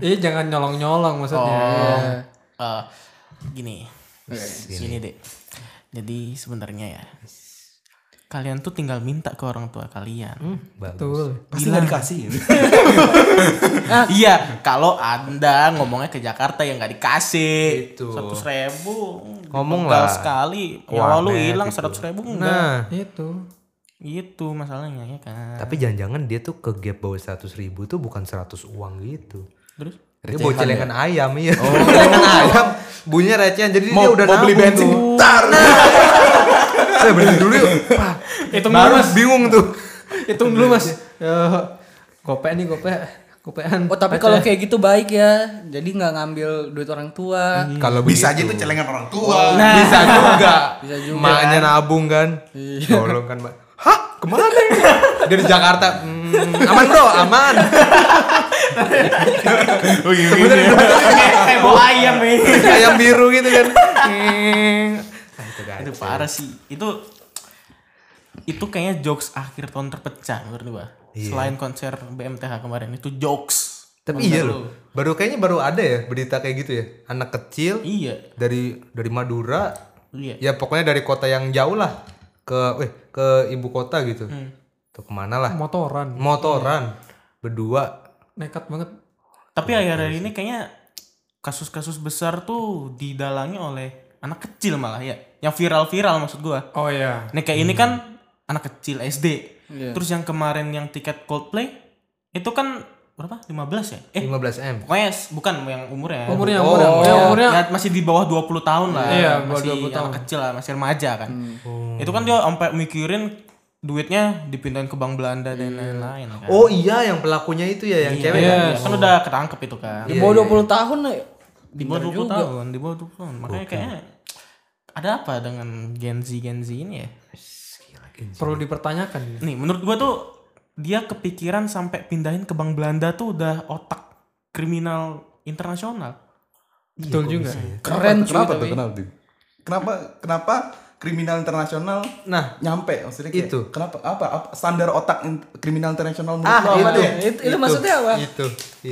Eh jangan nyolong-nyolong maksudnya. Eh, gini. Gini, Dek. Jadi sebenarnya ya. Kalian tuh tinggal minta ke orang tua kalian. Hmm. Oh. Betul. Pasti nggak dikasih. ya. Iya, kalau anda ngomongnya ke Jakarta yang nggak dikasih Itu. seratus ribu, Gitu. Ngomong dipegal lah. sekali, nyawa lu Warnet hilang gitu. seratus ribu enggak? Nah, Iya. Itu. Gitu masalahnya ya kan. tapi jangan-jangan dia tuh ke gap bawah seratus ribu tuh bukan 100 uang gitu. Terus Dia bawa celengan ayam iya. celengan ayam bunyinya recehan jadi dia mau udah mau beli nabung bensin, tuh. tar. Saya berhenti dulu yuk. Wah, Hitung Baru dulu mas. bingung tuh. Hitung dulu mas. Iya. Yo. Gope nih gope. Gopean. Oh tapi kalau kayak gitu baik ya, jadi nggak ngambil duit orang tua. Kalau Bisa aja itu celengan orang tua. bisa juga. Bisa juga. Iya. Maknya nabung kan. Tolong kan, Mbak. Hah? Kemana nih? Dari Jakarta. Hmm, aman bro, aman. iya. iya. eh bawa ayam eh. Ayam biru gitu kan. Hmm. Nah, itu kan. Itu parah sih. Itu itu kayaknya jokes akhir tahun terpecah menurut gua. Selain konser BMTH kemarin itu jokes. Tapi iya loh. Baru kayaknya baru ada ya berita kayak gitu ya. Anak kecil Iya, dari dari Madura iya. ya pokoknya dari kota yang jauh lah ke eh ke ibu kota gitu. Hmm. Tuh kemana lah? motoran. Motoran berdua Nekat banget. Tapi akhir-akhir ini kayaknya kasus-kasus besar tuh didalangi oleh anak kecil malah ya. Yang viral-viral maksud gua. Oh iya. Nah kayak ini kan anak kecil SD. Iya. Terus yang kemarin yang tiket Coldplay itu kan berapa? 15 ya? Eh 15M. pokoknya s- bukan yang umurnya. Umurnya umurnya Oh, yang Ya, umurnya ya, masih di bawah 20 tahun lah. Iya, bawah masih 20 anak kecil lah, masih remaja kan. Hmm. Itu kan dia sampai mikirin duitnya dipindahin ke bank Belanda Iya. dan lain-lain kan. Oh iya yang pelakunya itu ya yang cewek. Iya, ya? kan udah ketangkep itu kan. Iya. Di bawah 20 tahun ya. Di bawah 20 tahun, di bawah 20 tahun. Makanya kayaknya ada apa dengan Gen Z Gen Z ini ya? perlu dipertanyakan. ya. Nih, menurut gua tuh dia kepikiran sampai pindahin ke bank Belanda tuh udah otak kriminal internasional. Betul juga. Keren cuy kenapa tuh tapi. kenapa tuh kenapa kenapa kriminal internasional Nah, nyampe maksudnya kayak, Itu. kenapa apa, apa standar otak in- kriminal internasional menurut ah lo apa itu. deh? Itu- itu maksudnya apa? Itu,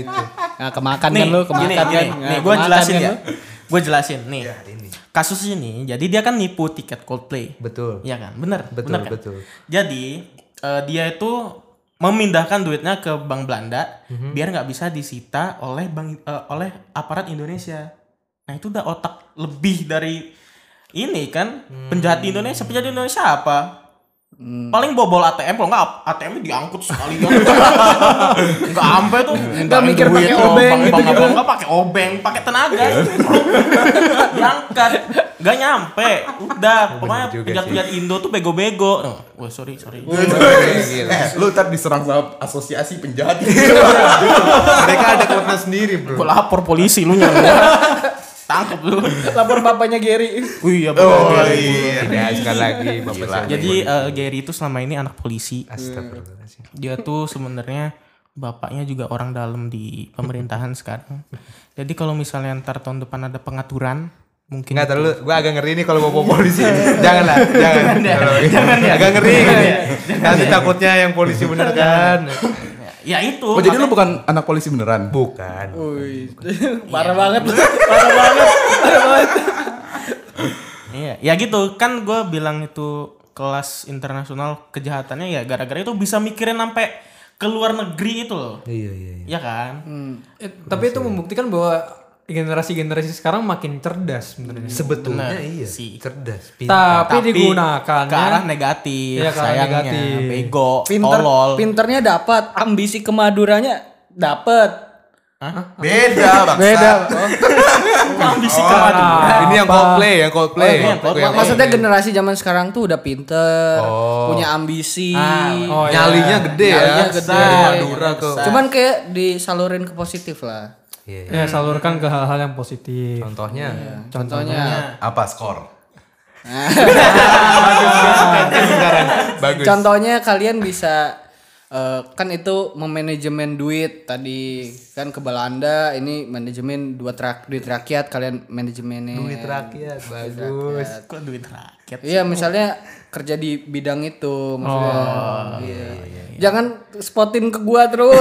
itu. Nah, kemakan Nih, kan lu, gini, kemakan gini. kan. Nih, gua jelasin ya. Gua Gue jelasin nih. Ya, ini. Kasus ini jadi dia kan nipu tiket Coldplay. Betul. Iya kan? Bener. Betul, bener kan? betul. Jadi eh, dia itu memindahkan duitnya ke bank Belanda Mhm. biar nggak bisa disita oleh bank eh, oleh aparat Indonesia. Nah itu udah otak lebih dari ini kan Hmm. penjahat di Indonesia. Penjahat di Indonesia apa? Paling bobol ATM kalau nggak ATM -nya diangkut sekali kan. Nggak sampai tuh. Nggak mikir pakai obeng kan. gitu gitu-gitu. Nggak pakai obeng, pakai tenaga. Diangkat, nggak nyampe. Udah, pokoknya juga penjahat-penjahat Indo tuh bego-bego. Oh, wah, sorry sorry. Eh, lu ntar diserang sama asosiasi penjahat. Mereka ada kota sendiri bro. Gue lapor polisi lu nyampe. Tangkep lu. Lapor bapaknya Gary. Wih, iya Oh bener. Ya iya. sekali lagi bapak saya. Jadi eh, Gary itu selama ini anak polisi. Astagfirullahaladzim. dia tuh sebenarnya bapaknya juga orang dalam di pemerintahan sekarang. Jadi kalau misalnya ntar tahun depan ada pengaturan, mungkin Enggak terlalu, gue agak ngeri nih kalau bawa polisi. Janganlah, jangan. Jangan ya. Agak ngeri kan ya. Nanti takutnya yang polisi bener kan. ya itu. Oh jadi lu makanya- bukan anak polisi beneran? Bukan. Wih, parah banget. parah banget. Iya, ya gitu. Kan gue bilang itu kelas internasional kejahatannya ya gara-gara itu bisa mikirin sampai ke luar negeri itu loh. Iya iya. iya. Iya kan? Eh, tapi itu membuktikan bahwa generasi-generasi sekarang makin cerdas sebenarnya. Sebetulnya Bener iya. sih. Cerdas. Tapi, digunakan ke arah negatif, Iya, ke arah sayangnya negatif. bego, Pinter, tolol. pinternya dapat, ambisi kemaduranya dapat. Beda bang. Beda. Ambisi kemadura. Nah, Ini yang Coldplay, yang Coldplay. Oh, yang Coldplay. Yang- Maksudnya generasi zaman sekarang tuh udah pinter, punya ambisi. Oh, iya. Nyalinya gede ya. Nyalinya gede. Dari Madura ke Cuman kayak disalurin ke positif lah. Iya, Ya, iya. salurkan ke hal-hal yang positif. Contohnya Contohnya, Apa skor? sekarang bagus. contohnya kalian bisa eh, kan itu memanajemen duit tadi kan ke Belanda ini manajemen dua trak, duit rakyat kalian manajemennya. Duit rakyat bagus. Kok duit rakyat? Iya, misalnya kerja di bidang itu maksudnya. Iya. Jangan spotin ke gua terus.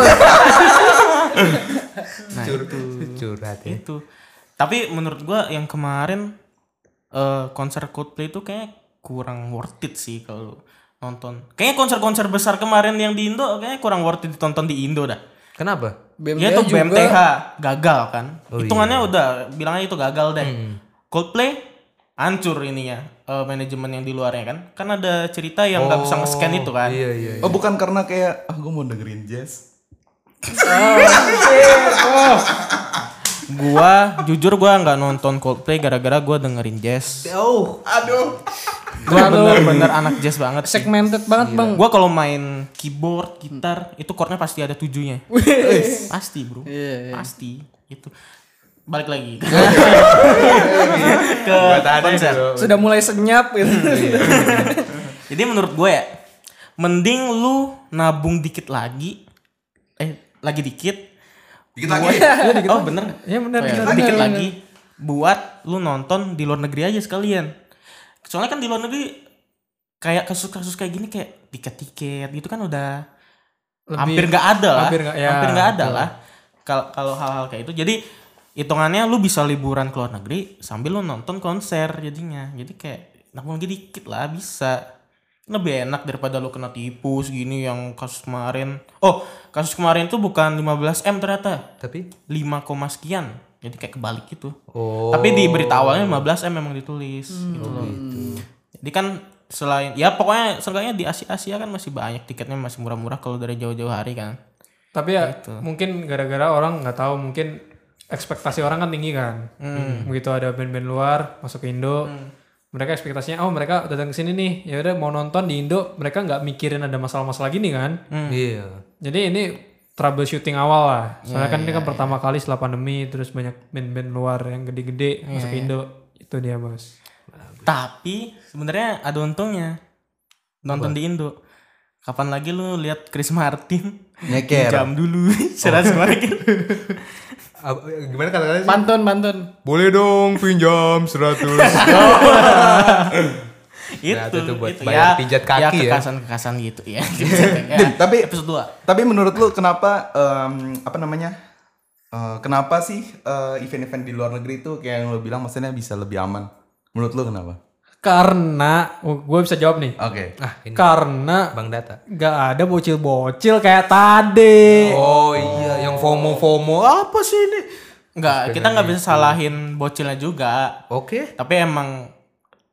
Cur- Curhat ya. itu tapi menurut gua yang kemarin eh, konser Coldplay itu kayak kurang worth it sih kalau nonton kayaknya konser-konser besar kemarin yang di Indo kayaknya kurang worth it ditonton di Indo dah Kenapa? BMTH ya tuh juga. BMTH gagal kan hitungannya udah bilangnya itu gagal deh Coldplay hancur ininya eh, manajemen yang di luarnya kan kan ada cerita yang nggak bisa nge-scan itu kan Iya iya. Oh bukan karena kayak ah gue mau dengerin jazz. gua jujur gua nggak nonton Coldplay gara-gara gua dengerin jazz Oh, Aduh. gua bener-bener anak jazz banget sih. segmented banget, Bang. Gua kalau main keyboard, gitar, itu chordnya pasti ada tujuhnya. pasti bro, Iya, pasti. Itu balik lagi ke konser. Sudah mulai senyap gitu. Jadi menurut gue ya, mending lu nabung dikit lagi, eh lagi dikit. Dikit lagi. oh bener, Ya benar. Oh, iya. dikit lagi buat lu nonton di luar negeri aja sekalian. Soalnya kan di luar negeri kayak kasus-kasus kayak gini kayak tiket-tiket gitu kan udah hampir nggak ada lah hampir nggak- ya, hampir nggak ada lah kalau kalau hal-hal kayak itu jadi hitungannya lu bisa liburan ke luar negeri sambil lu nonton konser jadinya jadi kayak nabung lagi dikit lah bisa lebih enak daripada lu kena tipu segini yang kasus kemarin oh kasus kemarin tuh bukan 15 m ternyata tapi 5, koma sekian jadi kayak kebalik gitu oh. tapi di berita awalnya 15 m memang ditulis gitu loh jadi kan selain ya pokoknya seenggaknya di Asia Asia kan masih banyak tiketnya masih murah-murah kalau dari jauh-jauh hari kan Tapi ya gitu. mungkin gara-gara orang nggak tahu mungkin ekspektasi orang kan tinggi kan. Hmm. Begitu ada band-band luar masuk ke Indo, mereka ekspektasinya oh mereka datang ke sini nih, ya udah mau nonton di Indo, mereka nggak mikirin ada masalah-masalah gini kan. Iya. Jadi ini troubleshooting awal lah. Soalnya kan ini iya, kan pertama kali setelah pandemi terus banyak band-band luar yang Iya, gede-gede masuk ke Indo. Itu dia, Bos. Tapi sebenarnya ada untungnya nonton di Indo. Kapan lagi lu lihat Chris Martin? Nyeker. Jam dulu, Oh. serat gitu. semakin. Apa- Gimana kata-katanya? sih? Pantun, pantun. Boleh dong pinjam 100. itu, Nah, itu tuh buat bayar pijat kaki ya. Gitu. kekasan-kekasan gitu ya. Ya, tapi- episode 2. Tapi menurut lu kenapa em, apa namanya eh, kenapa sih eh, event-event di luar negeri itu kayak yang lo bilang maksudnya bisa lebih aman? Menurut lo kenapa? Karena gue bisa jawab nih. Oke. Ah, ini Karena Bang Data. gak ada bocil-bocil kayak tadi. Oh iya, yang FOMO-FOMO apa sih ini? Enggak, kita nggak bisa gitu. salahin bocilnya juga. Oke. Tapi emang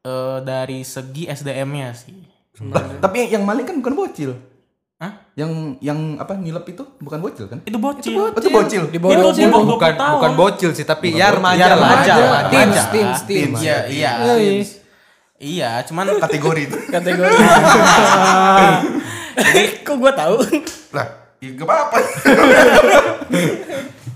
eh, dari segi SDM-nya sih. Lah, Tapi yang maling kan bukan bocil. Hah? Yang yang apa nilep itu bukan bocil kan? Itu bocil. Oh, itu bocil. Di bawah Itu bocil. di bawah Bukan 20 tahun. bukan bocil sih, tapi ya remaja Ya, lah. remaja. Teens, Remaja. Iya, Remaja. teens, teens. Iya, iya. Iya. Iya, cuman Kategori itu. Kategori. Kok gue tahu? lah, ya gak apa-apa.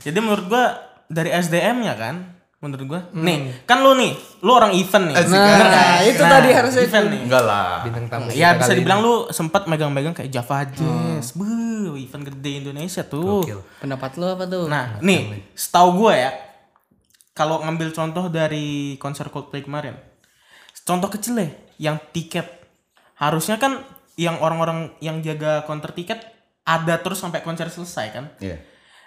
jadi menurut gua dari SDM-nya kan menurut gua. Nih, kan lu nih, lu orang event nih. kan? Asik. Hmm. Nah, itu tadi harusnya event nih. Enggak lah. Bintang tamu. Ya kita bisa kali dibilang lu sempat megang-megang kayak Java Jazz. Beuh, event gede Indonesia tuh. Gokil. Pendapat lo apa tuh? Nah, nih, setahu gue ya, kalau ngambil contoh dari konser Coldplay kemarin, contoh kecil deh, yang tiket harusnya kan yang orang-orang yang jaga counter tiket ada terus sampai konser selesai kan? Iya.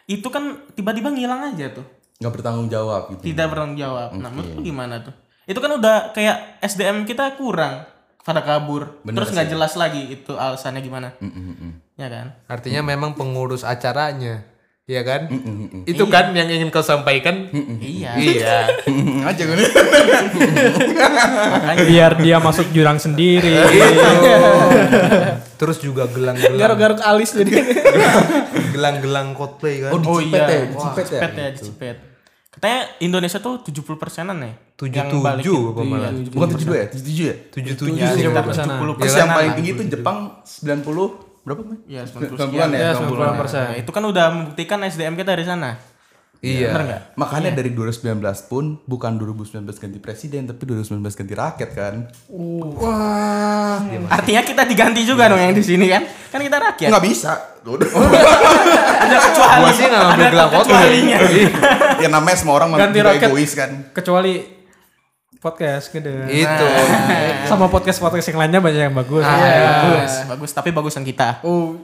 Itu kan tiba-tiba ngilang aja tuh, Enggak bertanggung jawab gitu. tidak bertanggung jawab. Nah, menurut lu gimana tuh? Itu kan udah kayak SDM kita kurang pada kabur, Bener terus nggak jelas lagi itu alasannya gimana, Mm, mm, mm, ya kan? Artinya memang pengurus acaranya, ya kan? mm, mm, mm. Itu kan yang ingin kau sampaikan. Iya, Iya. Mm, aja gue nih. makanya. Biar dia masuk jurang sendiri. Iya, Terus juga gelang-gelang Garuk-garuk alis jadi. gelang-gelang cosplay kan. Oh Dicipet iya, ya, dicipet ya? dicipet ya, dicipet. Katanya Indonesia tuh 70 persenan ya? Iya, Iya, nih. 77 apa malah? Bukan 72 ya? 77 ya? 77 Iya, sih. sekitar Bang. kesana. 70 Terus persenan. yang paling tinggi itu Jepang 90 berapa? Mai? Iya, 90 90-an ya? Ya, 90-an. 90%. Nah, itu kan udah membuktikan SDM kita dari sana. Iya. Bener nggak? Makanya dari 2019 pun bukan 2019 ganti presiden tapi 2019 ganti rakyat kan. Ah, iya, Artinya kita diganti juga dong yang di sini kan? Kan kita rakyat. Nggak bisa. Udah. Ada kecuali. Gua sih nggak ngambil ada gelang kotor. kecualinya. ya namanya semua orang Ganti juga rakyat. egois kan. Kecuali podcast gede. Itu. Sama podcast-podcast yang lainnya banyak yang bagus. Ah. iya. Bagus, Iya, bagus, tapi bagusan kita. Oh,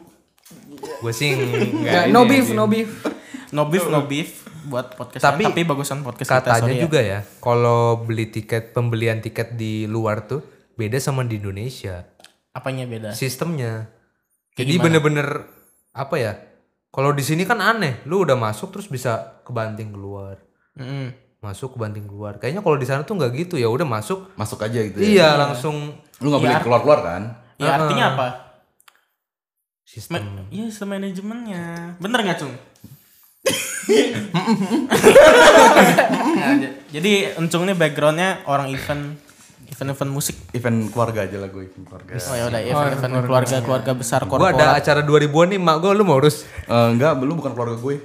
Gue sih nggak, ya, enggak. no beef, no beef. No beef, no beef buat podcast Tapi- tapi, tapi bagusan podcast kita Katanya sorry ya. juga ya, kalau beli tiket pembelian tiket di luar tuh beda sama di Indonesia Apanya beda? sistemnya. Jadi bener-bener apa ya? Kalau di sini kan aneh, lu udah masuk terus bisa kebanting keluar, Mm-mm. masuk kebanting keluar. Kayaknya kalau di sana tuh nggak gitu ya, udah masuk. Masuk aja gitu ya. Iya langsung Lu nggak boleh keluar-keluar kan? Ya artinya apa? sistem. Ma- Ya, sistem manajemennya. Bener nggak, Cung? Nah, j- jadi Encung ini backgroundnya orang event event-event musik. Event keluarga aja lah gue event keluarga. Oh ya udah event-event keluarga keluarga besar Gua korporat. ada acara 2000-an nih, mak gua lu mau urus. Eh, enggak, lu bukan keluarga gue.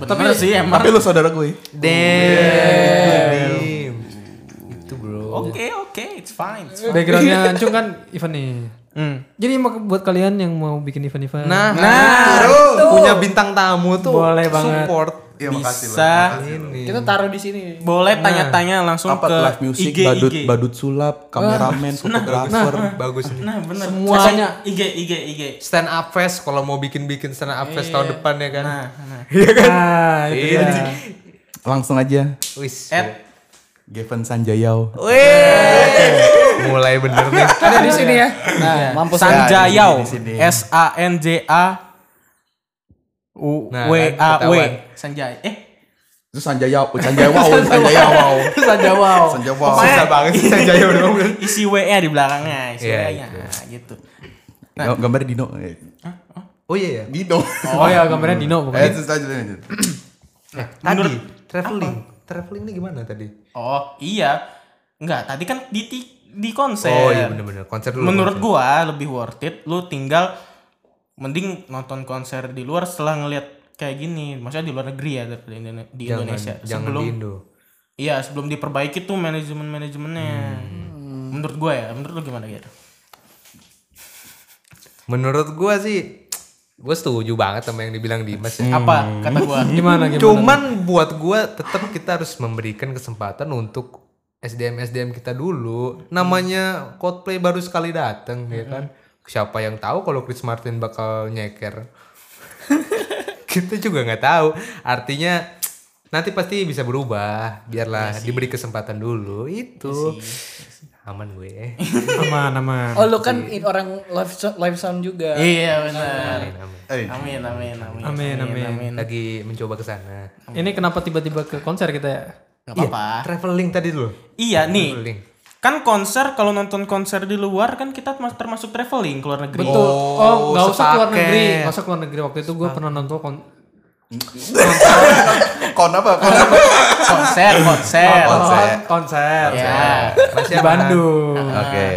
Tapi sih emang. Tapi lu saudara gue. Damn. Itu bro. Oke oke it's fine. it's fine. Backgroundnya Ancung kan event nih. Hmm. Jadi mak- buat kalian yang mau bikin event-event. Nah, punya bintang tamu tuh Boleh banget. support Iya, makasih lu. Bisa ini. Kita taruh di sini. boleh tanya-tanya langsung Apa ke live music, IG badut IG. badut sulap, kameramen, fotografer. Bagus nih. Nah bener. Semuanya. Saya- IG IG IG. Stand up fest kalau mau bikin-bikin stand up fest tahun depan ya kan. Nah, nah. Nah, itu Iya. dia. Langsung aja. Wis. At Geven Sanjayao. Mulai bener nih. Ada di sini ya. Nah, mampus Sanjayau di sini. S A N J A U Nah, W A W kan ketahuan. Sanjay. Eh Itu Sanjayao, Sanjayao, Sanjayao. saja wow. Sanjayao. Susah banget sih saya jauh dong. isi WA di belakangnya, isi Iya, WA-nya gitu. Nah, gambar Dino. Eh, Oh iya ya. Dino. Oh ya, gambarnya Dino bukan. Gitu. Eh, terus lanjut lanjut. Tadi traveling. Traveling ini gimana tadi? Oh, iya. Enggak, tadi kan di ti- di konser. Oh iya bener-bener konser dulu. Menurut gua lebih worth it lu tinggal mending nonton konser di luar setelah ngeliat kayak gini. Maksudnya di luar negeri ya daripada Indone- di Indonesia. jangan sebelum di Indo. iya, sebelum diperbaiki tuh manajemen-manajemennya. Menurut gua ya, menurut lu gimana gitu? Menurut gua sih gue setuju banget sama yang dibilang Dimas ya. Apa kata gua? Gimana gimana? Cuman buat gua tetap kita harus memberikan kesempatan untuk SDM SDM kita dulu. Namanya Coldplay baru sekali datang ya kan. Siapa yang tahu kalau Chris Martin bakal nyeker. kita juga nggak tahu artinya nanti pasti bisa berubah biarlah Iya diberi kesempatan dulu itu aman gue aman aman Oh lu kan in- orang live so- live sound juga. Iya benar. Amin. Eh, Amin amin amin. Amin, amin. lagi mencoba ke sana ini kenapa tiba-tiba ke konser kita ya Gak apa-apa. traveling tadi dulu Iya nih. traveling Kan konser kalau nonton konser di luar kan kita mas- termasuk traveling ke luar negeri. betul oh nggak usah keluar sepaket. negeri nggak usah keluar negeri waktu itu gue pernah nonton kon- kon apa? Kon apa? Konser, konser. Konser. Oh, konser Ya. masih di aman. Bandung Oke.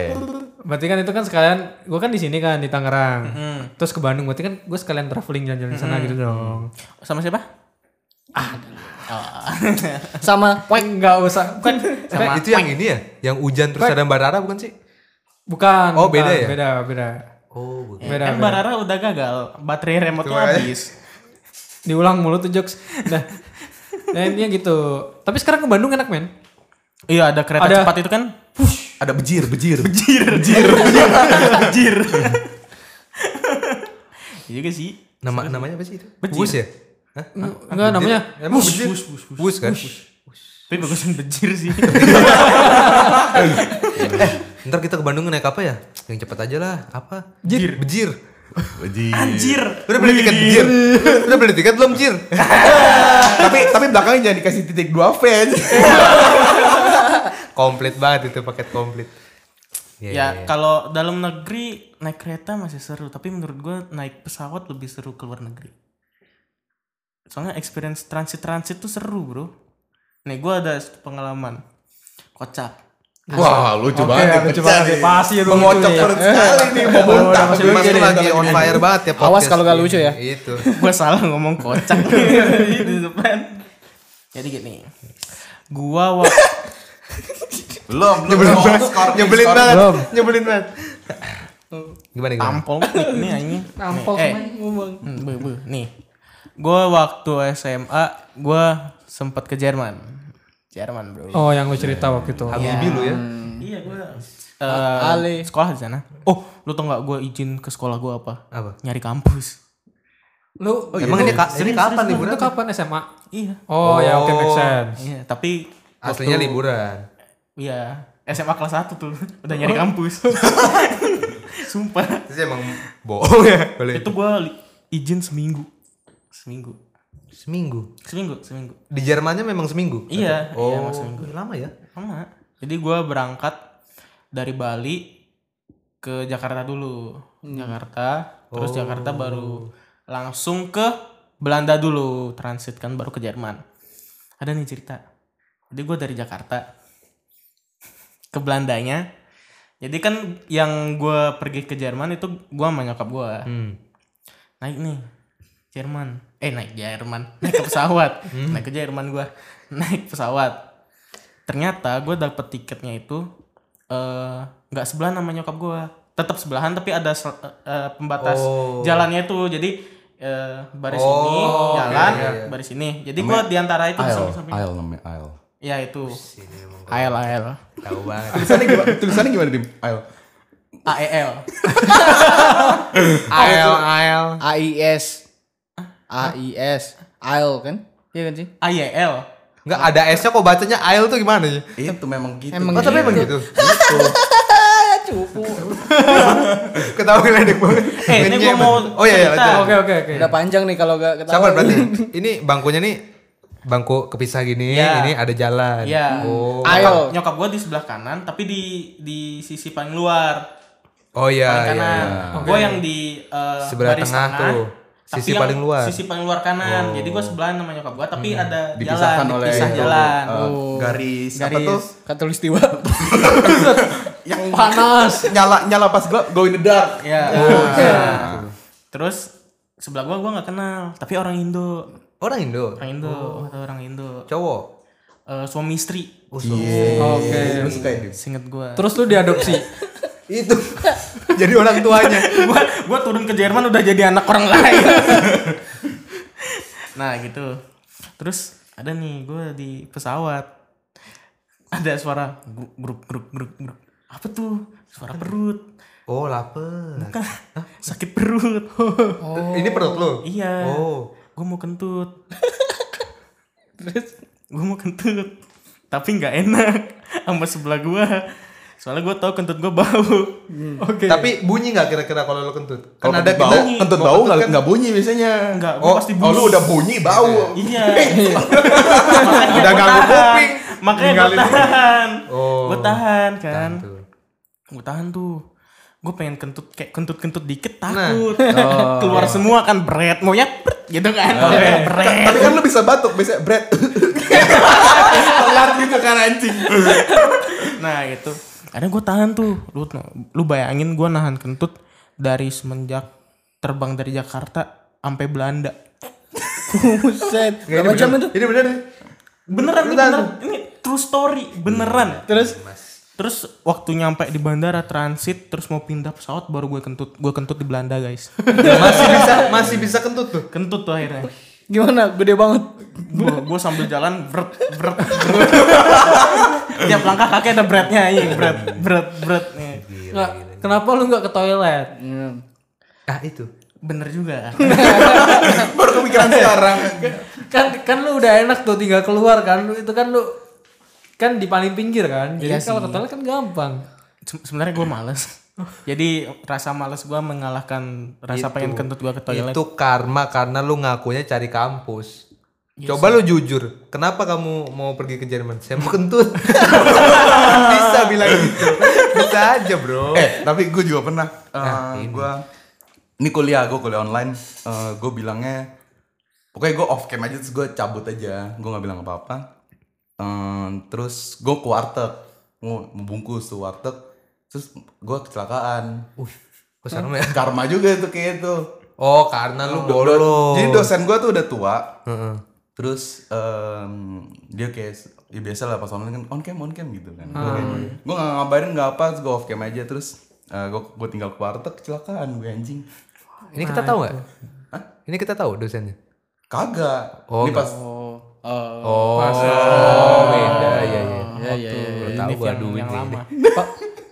Berarti kan itu kan sekalian, gue kan di sini kan di Tangerang, Mm-hmm. terus ke Bandung, berarti kan gue sekalian traveling jalan-jalan di sana gitu dong. Sama siapa? Ah, Sama Wah nggak usah, bukan, Eh, itu yang ini ya yang hujan terus ada mbak Rara bukan sih bukan. Oh, bukan. beda ya? Beda, beda. oh bukan Beda, kan Barara udah gagal, baterai remote-nya habis. Diulang mulu tuh jokes. Nah, nah intinya gitu. Tapi sekarang ke Bandung enak men. Iya ada kereta Ada. cepat itu kan. Ada bejir, bejir. Iya juga sih. nama namanya apa sih itu bus ya Hah? Enggak namanya. emang bus bus bus bus kan Tapi bagusan bejir sih. Iya. ntar kita ke Bandung naik apa ya yang cepat aja lah apa bejir bejir Bejir. Anjir. udah beli tiket bejir udah beli tiket belum jir tapi tapi belakangnya jangan dikasih titik dua fans. komplit banget itu paket komplit Ya kalau dalam negeri naik kereta masih seru, tapi menurut gua naik pesawat lebih seru ke luar negeri. Soalnya experience transit-transit tuh seru, Bro. Nih gua ada satu pengalaman. Kocak. Wah, lucu Oke, banget. lucu banget. Pasti itu lucu ya. Mengocok nih. perut sekali nih, mau muntah. Masih masuk lagi on fire banget ya Awas podcast kalau nggak ini. lucu ya. Itu. gue salah ngomong kocak di depan jadi gini gua wa- Belum, belum. Belum. Nyebelin banget. Nyebelin banget. Gimana gimana? tampol mic nih anjing nampol Nih, eh, main ngomong. hmm, bu, bu, nih gue waktu SMA gua sempat ke Jerman Jerman bro Oh yang lu cerita waktu itu. Habibi lu ya. iya gue Ale. sekolah di sana oh lu tau nggak gue izin ke sekolah gua apa Apa? nyari kampus Lu Oh, Emang ini ka- ini kapan nih, itu kapan SMA? iya Oh, ya oke make sense. iya tapi Aslinya liburan. iya SMA kelas 1 tuh udah nyari kampus sumpah Terus emang bohong ya. Boleh. itu gue izin seminggu seminggu Seminggu. seminggu seminggu Di Jermannya memang seminggu. iya iya Oh, mas seminggu lama ya? sama jadi gue berangkat dari Bali ke Jakarta dulu Jakarta terus Jakarta baru langsung ke Belanda dulu transit kan baru ke Jerman ada nih cerita jadi gue dari Jakarta ke Belandanya jadi kan yang gue pergi ke Jerman itu gue sama nyokap gue Hmm. naik nih Jerman eh naik Jerman naik ke pesawat Hmm. naik ke Jerman gua naik pesawat ternyata gue dapet tiketnya itu eh, nggak sebelahan sama nyokap gua tetap sebelahan tapi ada sel- eh, eh, pembatas Oh. jalannya itu jadi eh, baris Oh, ini iya, jalan iya, baris ini jadi gua diantara itu Aisle, samping-samping. aisle namanya aisle. ya itu ael ael Tahu banget. Tulisannya gimana? Tulisannya gimana, Dim? Aisle. ael Ael ael. AIS. AIS. AIL kan? Iya kan sih? ayel Enggak ada S-nya kok bacanya ael tuh gimana ya? Itu memang gitu. Emang Oh, tapi emang gitu. Gitu. Eh, Cupu. Ketawa ngeledek banget. eh ini gua mau Oh iya iya. cerita. lanjut. Oke oke oke. Udah panjang nih kalau gak ketawa. Sabar berarti ini bangkunya nih bangku kepisah gini, Iya. ini ada jalan. Iya. Oh. Nyokap- Ayo. Nyokap gue di sebelah kanan, tapi di di sisi paling luar, Oh paling iya, iya. kanan. iya. Gue yang di eh, Sebelah baris tengah tuh. tapi Sisi yang paling luar. Oh. Sisi paling luar kanan. Jadi gue sebelahan sama nyokap gue, tapi ada dipisahkan jalan, oleh dipisah itu, jalan. Oh. eh, garis, apa Garis. tuh Katulistiwa. yang panas nyala nyala pas gua go in the dark Ya. Ah. Nah, Terus sebelah gue gue nggak kenal, tapi orang Indo, Orang Indo, orang Indo, Oh. atau orang Indo, cowok. Eh, suami istri, Oke. Lu suka ya, Dim? singet gue. Terus lu diadopsi. Itu. Jadi orang tuanya. gua gua turun ke Jerman udah jadi anak orang lain nah gitu terus ada nih gua di pesawat ada suara gru- grup grup grup grup apa tuh suara perut Kan Oh, lapar. sakit perut Ini perut lu. Oh. iya Oh. gue mau kentut gue mau kentut tapi nggak enak sama sebelah gue soalnya gue tau kentut gue bau Hmm. Oke. Tapi bunyi nggak kira-kira kalau lo kentut? Kalau Kan ada bau, kentut kan- bau nggak nggak bunyi biasanya. Nggak, gua oh, pasti oh, lu bunyi. udah bunyi bau. iya Udah ganggu kuping. makanya gue Ninggalin. tahan Oh. gue tahan kan Tuh. gue tahan tuh gue pengen kentut kayak kentut kentut dikit Nah. takut Oh, iya. keluar semua kan bret maunya bret gitu kan bret Tapi kan lu bisa batuk, bisa bread. Telat gitu kan anjing. nah itu ada gue tahan tuh lu lu bayangin gue nahan kentut dari semenjak terbang dari Jakarta sampai Belanda Buset. Berapa jam itu? Ini bener deh. beneran ini beneran ini true story beneran terus terus waktu nyampe di bandara transit terus mau pindah pesawat baru gue kentut gue kentut di Belanda guys masih bisa masih bisa kentut tuh. kentut tuh akhirnya Gimana? Gede banget. gue gue sambil jalan bret bret bret tiap langkah kaki ada bretnya iya bret bret bret nih Nggak, kenapa lu nggak ke toilet? Hmm, Ah itu. bener juga Baru kepikiran sekarang. Kan kan lu udah enak tuh tinggal keluar kan. Lu itu kan lu kan di paling pinggir kan. Jadi Iya kalau ke toilet kan gampang. Se- sebenarnya gue males jadi rasa males gue mengalahkan rasa pengen kentut gue ke toilet Itu karma karena lu ngakunya cari kampus. Coba lu jujur, kenapa kamu mau pergi ke Jerman? Saya mau kentut. bisa bilang gitu. Bisa aja, Bro. Eh, tapi gue juga pernah. Eh, gua ini kuliah, gue kuliah online. Eh, gue bilangnya pokoknya gue off cam aja terus gue cabut aja. Gue nggak bilang apa-apa. Eh, terus gue ke warteg, mau mau bungkus tuh warteg. Terus gue kecelakaan. Uh, kok serem ya? Karma juga tuh kayak gitu. itu. Oh, karena lu bolos. Jadi dosen gua tuh udah tua. Terus em, dia kayak ya biasa lah pas online kan on cam on cam gitu Ah. kan. Gua kayak, Gua nggak ngabarin nggak apa, terus gua off cam aja terus eh, gua gua tinggal ke warteg kecelakaan gue anjing. Ini kita tahu nggak? Ini kita tahu dosennya. Kagak. Ini pas Oh. Oh. Oh, oh beda ya ya. Ya ya ya. Baru tahu gua duit nih. Pak,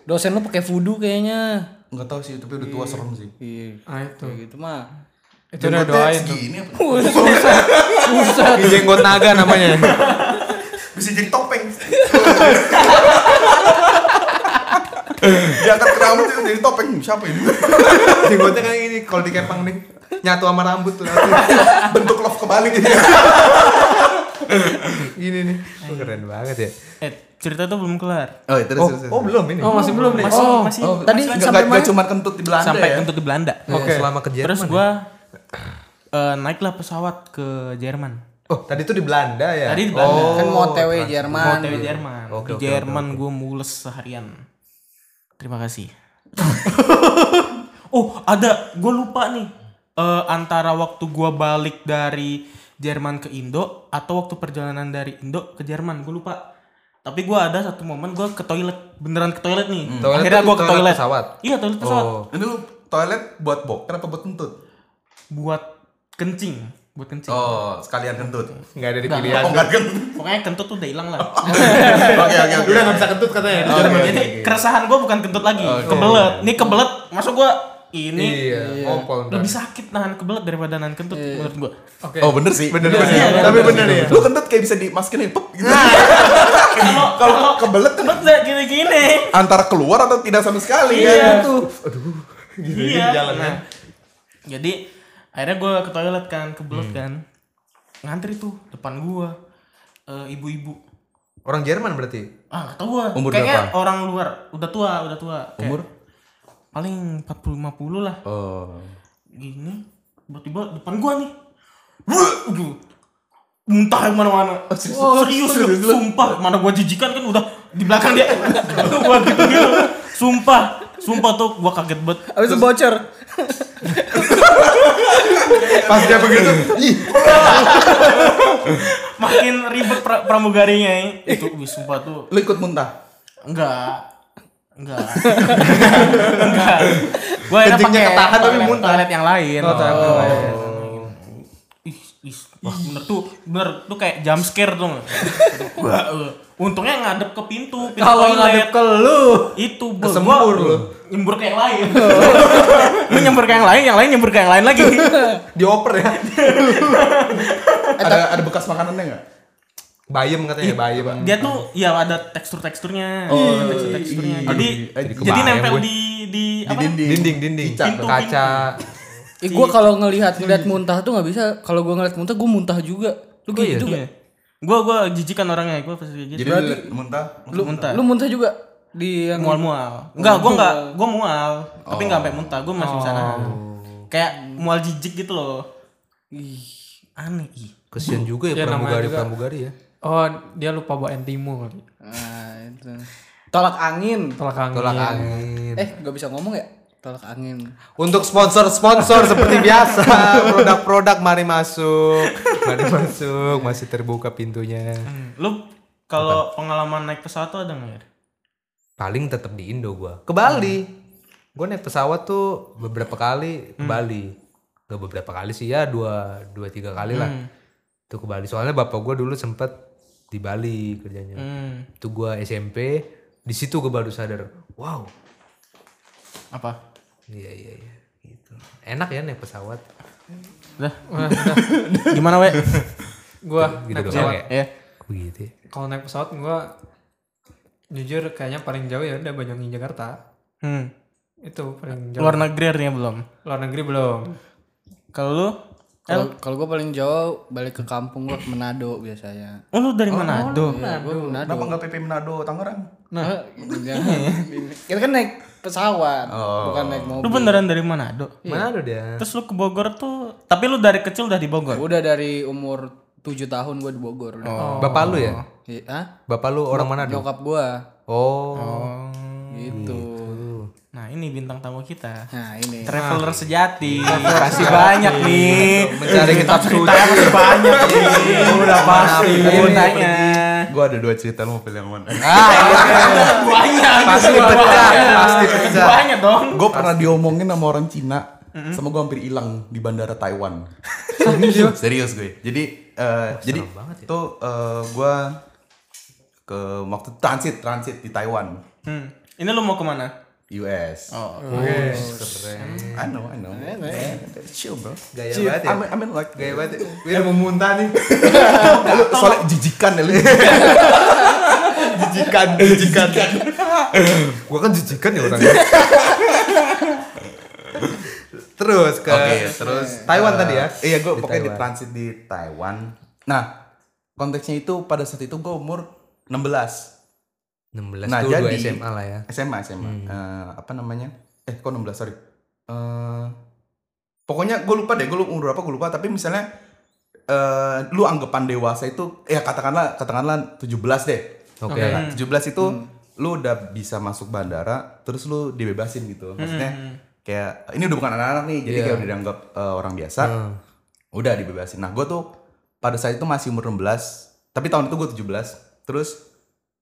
dosen lu pakai voodoo kayaknya. nggak tahu sih tapi udah tua serem sih. Iya. Ah itu. Kayak gitu mah. Itu udah doain tuh. Gini apa? Ini Jenggot naga namanya. Bisa jadi topeng. Diangkat ke rambut itu jadi topeng. Siapa ini? Jenggotnya kan ini kalau dikempang nih nyatu sama rambut tuh nanti. Bentuk love kebalik. Ini nih. Oh, keren banget ya. eh cerita tuh belum kelar Oh, terus Oh, terus. oh belum ini. Oh masih belum nih. masih Oh. masih Tadi Nggak- sampai nggak- mana? nggak cuma kentut di Belanda sampai ya. kentut di Belanda Oke. Iya, Selama ke Jerman. ya? terus gue eh, naiklah pesawat ke Jerman Oh, tadi tuh di Belanda ya. Tadi di Belanda. Oh, Kan mau TW Jerman. Hotel Jerman. Oke, di oke, Jerman gue mules seharian. Terima kasih. oh ada, gue lupa nih. Eh, antara waktu gue balik dari Jerman ke Indo atau waktu perjalanan dari Indo ke Jerman, gue lupa. Tapi gue ada satu momen gue ke toilet, beneran ke toilet nih. Hmm. Toilet Akhirnya tuh gue ke toilet toilet. pesawat? Oh. Iya toilet pesawat. Ini lu toilet buat boker apa buat kentut? Buat kencing, buat kencing. Oh, sekalian kentut. nggak ada di Nggak, pilihan. Oh, enggak kentut. Pokoknya kentut tuh udah hilang lah. Oke, oke, oke. nggak bisa kentut katanya. Jadi keresahan gue bukan kentut lagi, kebelet. Ini kebelet, masuk gue ini Iya, ngopol. ntar. lebih sakit nahan kebelet daripada nahan kentut menurut gua. Oke. Oh, bener sih. Bener, bener. Tapi bener ya. Lu kentut kayak bisa dimasukin pep gitu. Kalau Kalau kebelet kan kebelet udah gini-gini. antara keluar atau tidak sama sekali kan. Aduh. iya. Nah, jadi akhirnya gua ke toilet kan, kebelet kan. Ngantri tuh depan gua eh, ibu-ibu. Orang Jerman berarti. Ah, kata gua. Umur Kayaknya berapa? orang luar, udah tua, udah tua. Umur paling 40 50 lah. Oh. Gini, tiba-tiba depan gua nih. Wuh, Aduh. Muntah yang mana-mana. Oh, serius, serius, sumpah. Mana gua jijikan kan udah di belakang dia. Aduh, gua gitu gitu. Sumpah. Sumpah tuh gua kaget banget. Habis itu bocor. Pas dia begitu. Ih, Makin ribet pra- pramugarinya ya. Itu wih, sumpah tuh Lu ikut muntah. enggak. Enggak. enggak. Gua akhirnya Kencingnya pakai ketahan tapi toilet- muntah. toilet yang lain. Oh, toilet yang lain. Oh. Ih, ih, wah bener tuh, bener tuh kayak jump scare tuh. Wah, eh, Untungnya ngadep ke pintu, pintu Kalau ngadep ke lu. itu bel, gua nyembur ke yang lain. lu nyembur ke yang lain, yang lain nyembur ke yang lain lagi. Dioper ya. ada ada bekas makanannya nggak? Bayem katanya bayem. Dia tuh ya ada tekstur-teksturnya, ada tekstur-teksturnya. Jadi Oh, jadi iya. jadi kebayang nempel gue. di di Di apa? dinding. Dinding dinding Pintu, kaca. Ih, Eh, gua kalau ngelihat ngelihat muntah tuh nggak bisa. Kalau gua ngelihat muntah, gua muntah juga. Lu gitu juga. Iya. Gua gua jijikan orangnya, gua pasti kayak gitu. Jadi lu liat muntah. lu muntah. Lu muntah juga di yang mual-mual. Enggak, gua enggak, gua mual, tapi enggak sampai muntah, gua masih bisa nahan. Kayak mual jijik gitu loh. Ih, aneh ih. Kesian juga Iya, ya pramugari pramugari ya. Oh, dia lupa bawa entimu kali. Nah, itu. Tolak angin. Tolak angin. Tolak Iya. angin. Eh, nggak bisa ngomong ya? Tolak angin. Untuk sponsor-sponsor seperti biasa, produk-produk mari masuk, mari masuk, masih terbuka pintunya. Hmm, Lu kalau pengalaman naik pesawat tuh ada enggak? Paling tetap di Indo gua. Ke Bali. Gua naik pesawat tuh beberapa kali ke Bali. Gak beberapa kali sih ya, dua dua tiga kali lah. Tuh ke Bali. Soalnya bapak gua dulu sempet di Bali kerjanya. Hmm, Itu gua SMP, di situ gua baru sadar, wow. apa? Iya iya iya. Gitu. Enak ya naik pesawat. Udah. Gimana, we? Gua Gitu naik doang pesawat. ya. Ya. Begitu. ya. Kalau naik pesawat gua jujur kayaknya paling jauh ya udah Banyuwangi Jakarta. Hmm. Itu paling jauh. Luar negeri artinya belum. Luar negeri belum. Kalau lu? El, Kalau kalau gua paling jauh balik ke kampung gua ke Manado biasanya. oh, lu dari Manado. Nah, gua ke Manado. Kenapa nggak PP Manado Tangerang? Nah, kita kan naik pesawat, bukan naik mobil. Lu beneran dari Manado? Mana lu dia? Terus lu ke Bogor tuh, tapi lu dari kecil udah di Bogor. Udah dari umur 7 tahun gua di Bogor. Bapak lu ya? Iya, Hah? Bapak lu orang mana dong? Nyokap gua Oh. gitu. Nah, ini bintang tamu kita. Nah, ini. Traveler sejati. Masih banyak nih. Iya. Mencari kitab suci. Masih banyak nih. Udah pasti. Tanya. Gua ada dua cerita lu mau pilih yang mana? Banyak. Pasti pecah, pasti pecah. Banyak dong. gue pernah diomongin sama orang Cina sama gue hampir hilang di bandara Taiwan serius gue jadi eh, jadi tuh gue ke waktu transit transit di Taiwan Hmm. Ini lu mau kemana? US Oh, I know I know chill bro Eh, Gaya Chill. banget ya? I mean, I mean like Gaya banget. Gue udah mau muntah nih. Lu soalnya jijikan ya lu Jijikan, jijikan. Gua kan jijikan ya orangnya. Terus ke Oke, terus Taiwan eh, tadi ya? Iya, gue Di pokoknya di Taiwan. transit di Taiwan. Nah, konteksnya itu pada saat itu gue umur 16. 16 Nah, tuh jadi dua SMA lah ya. SMA, SMA. Eh, apa namanya? Eh, kok 16, sorry. Eh, pokoknya gue lupa deh, gue lupa umur berapa gue lupa, tapi misalnya eh lu anggapan dewasa itu ya katakanlah katakanlah 17 deh. Oke. Ya kan? 17 itu lu udah bisa masuk bandara, terus lu dibebasin gitu. Maksudnya kayak ini udah bukan anak-anak nih, jadi kayak udah dianggap eh, orang biasa. Udah dibebasin. Nah, gue tuh pada saat itu masih umur 16, tapi tahun itu gue 17. Terus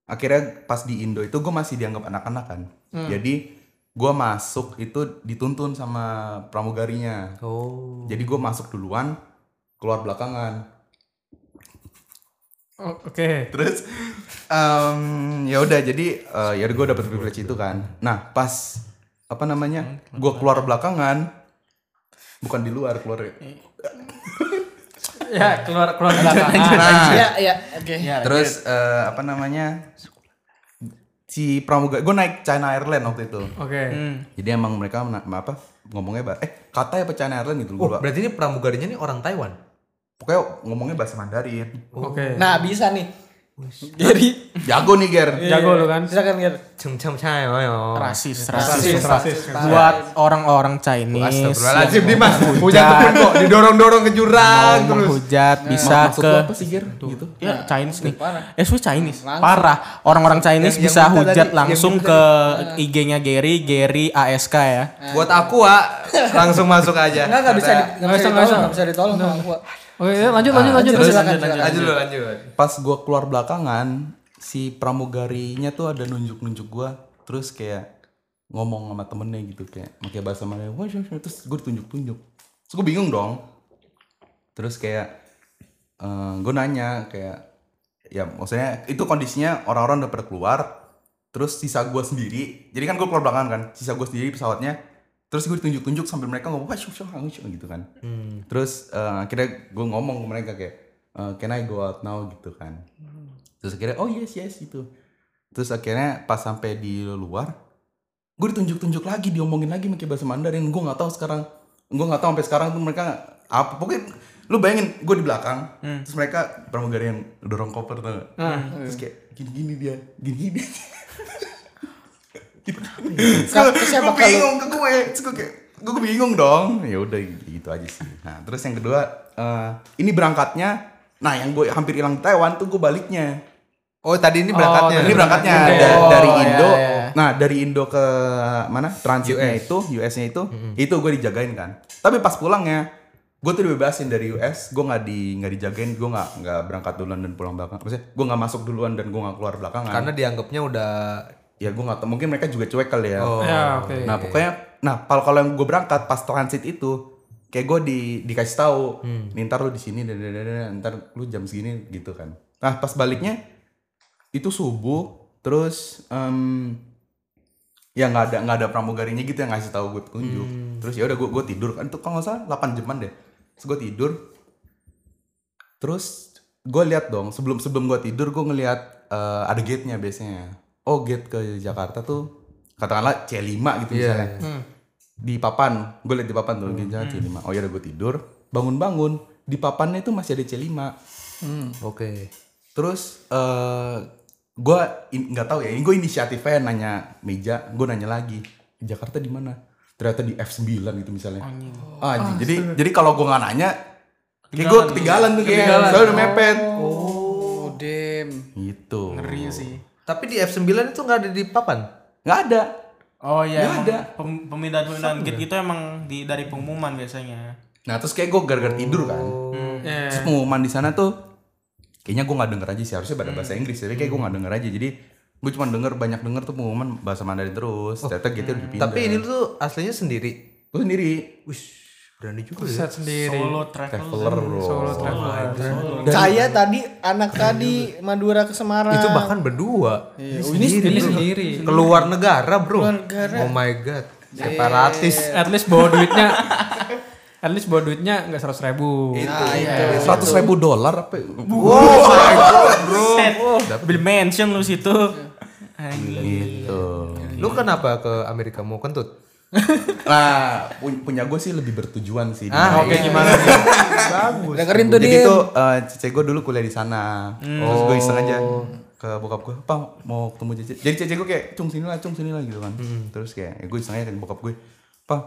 akhirnya pas di Indo itu gue masih dianggap anak-anak kan. Jadi gue masuk itu dituntun sama pramugarinya. Oh. Jadi gue masuk duluan, keluar belakangan. Oh, Oke. Terus em, ya udah jadi eh, ya gue dapet privilege itu kan. Nah pas apa namanya gue keluar belakangan bukan di luar keluar. Ya, keluar keluar belakangan. Nah Iya, iya, oke. terus eh, apa namanya si pramugari gue naik China Airlines waktu itu. Oke. Hmm, Jadi emang mereka mena- apa ngomongnya bah eh kata apa China Airlines gitu Oh, gue berarti ini pramugarinya nih orang Taiwan. Oh. pokoknya ngomongnya bahasa Mandarin. Oke. Nah, bisa nih. Jadi, Jago nih Ger. Iya. Jago lu kan? silakan Ger. Cem cem cai, ayo. Rasis, rasis. rasis. Buat orang-orang Chinese Astagfirullahaladzim Dimas Punya temen kok Didorong-dorong ke yang jurang terus menghujat bisa Maksud lu ke apa sih Ger? Gitu. ya Chinese nih. parah. Eh, suwe Chinese. Parah. Orang-orang Chinese Nah, Yang- yang bisa minta hujat tadi, Nah. yang langsung ke IG-nya Gary, Gary ASK ya. Buat aku ah Langsung masuk aja Enggak, enggak bisa di- nggak Nggak bisa usah, nggak ditolong, usah. nggak bisa ditolong sama gua. Oke, ya, lanjut lanjut lanjut. Silakan, silakan, silakan. Lanjut dulu lanjut pas gue keluar belakangan si pramugarinya tuh ada nunjuk-nunjuk gue terus kayak ngomong sama temennya gitu kayak pakai bahasa Melayu "Wah, wah, wah," terus gue ditunjuk-tunjuk terus gue bingung dong terus eh, kayak gue nanya kayak ya maksudnya itu kondisinya orang-orang udah pada keluar terus sisa gue sendiri jadi kan gue keluar belakangan kan sisa gue sendiri pesawatnya terus gue ditunjuk-tunjuk sambil mereka ngomong wah syuh, syuh, syuh," gitu kan terus eh, akhirnya gue ngomong ke mereka kayak eh, can I go out now gitu kan terus akhirnya oh yes yes gitu terus akhirnya pas sampai di luar gue ditunjuk-tunjuk lagi diomongin lagi pakai bahasa Mandarin gue nggak tahu sekarang gue nggak tahu sampai sekarang tuh mereka apa pokoknya lu bayangin gue di belakang Hmm. terus mereka pramugari yang dorong koper tuh Ah, Hmm. iya. terus kayak gini-gini dia gini-gini Siapa- siapa gue bingung ke gue terus gue kayak gue bingung dong ya udah gitu aja sih nah terus yang kedua eh, ini berangkatnya nah yang gue hampir hilang di Taiwan tuh gue baliknya Oh tadi ini berangkatnya. Iya, ini berangkatnya da- dari Indo nah dari Indo ke mana transitnya itu US-nya itu itu gue dijagain kan tapi pas pulangnya gue tuh dibebasin dari US gue nggak di nggak dijagain gue nggak nggak berangkat duluan dan pulang belakangan maksudnya gue nggak masuk duluan dan gue nggak keluar belakangan Karena dianggapnya udah ya gue nggak tahu mungkin mereka juga cuek kali ya Oh, Ya, oke. Nah pokoknya, nah kalau kalau yang gue berangkat pas transit itu, kayak gue di dikasih tahu, Hmm. "Nih, ntar lu di sini, dan dan- dan- dan, ntar lu jam segini gitu kan. Nah pas baliknya itu subuh, terus em, ya nggak ada nggak ada pramugarinya gitu yang ngasih tahu gue petunjuk. Hmm. Terus ya udah gue gue tidur kan itu kalau nggak salah 8 jaman deh. Terus gue tidur, Terus gue lihat dong sebelum sebelum gue tidur gue ngelihat eh, ada gate-nya biasanya. Oh gate ke Jakarta tuh katakanlah C5 gitu misalnya. Di papan, gue lihat di papan tuh gate Jakarta C5. Oh ya udah gue tidur, bangun-bangun di papannya itu masih ada C5. oke. Terus eh gue in- nggak tahu ya, ini gue inisiatifnya nanya meja, gue nanya lagi Jakarta di mana? Ternyata di F9 gitu misalnya. Ah, anjing. jadi jadi kalau gue nggak nanya, kayak gue ketinggalan tuh kayak, soalnya udah mepet. Oh, damn. Gitu. Ngeri sih. Tapi di F9 itu nggak ada di papan. Nggak ada. Oh iya, Nggak emang ada. pem- pemindahan-pemindahan gate gitu emang di dari pengumuman biasanya. Nah terus kayak gue gara-gara tidur kan. Terus pengumuman di sana tuh kayaknya gue nggak denger aja sih. Harusnya pada bahasa Inggris. Tapi kayak gue nggak denger aja. Jadi gue cuma denger banyak denger tuh pengumuman bahasa Mandarin terus. Ternyata gitu udah dipindah. Tapi ini tuh aslinya sendiri. gue sendiri Wih, berani juga ya. Set sendiri. Solo travel. traveler bro. Solo traveler. Saya tadi anak tadi Madura ke Semarang. Itu bahkan berdua. Ini sendiri. sendiri. Keluar negara, Bro. Oh my god. Separatis. At least bawa duitnya. at least bawa duitnya nggak seratus ribu. Nah, itu. Seratus ribu dolar apa? ya? Oh, Set. Beli mansion lu situ. Iya. Anjing. Gitu. Lu kenapa ke Amerika mau kentut? Nah pu- punya gue sih lebih bertujuan sih. Ah, oke gimana nih? Bagus. Dengerin tuh Hmm. Jadi dia. tuh eh, cece gue dulu kuliah di sana. Terus gue iseng aja Oh. ke bokap gue, "Pak, mau ketemu cece." Jadi cece gue kayak, "Cung sini lah, cung sini lah" gitu kan. Hmm. Terus kayak ya gue iseng aja ke bokap gue, "Pak,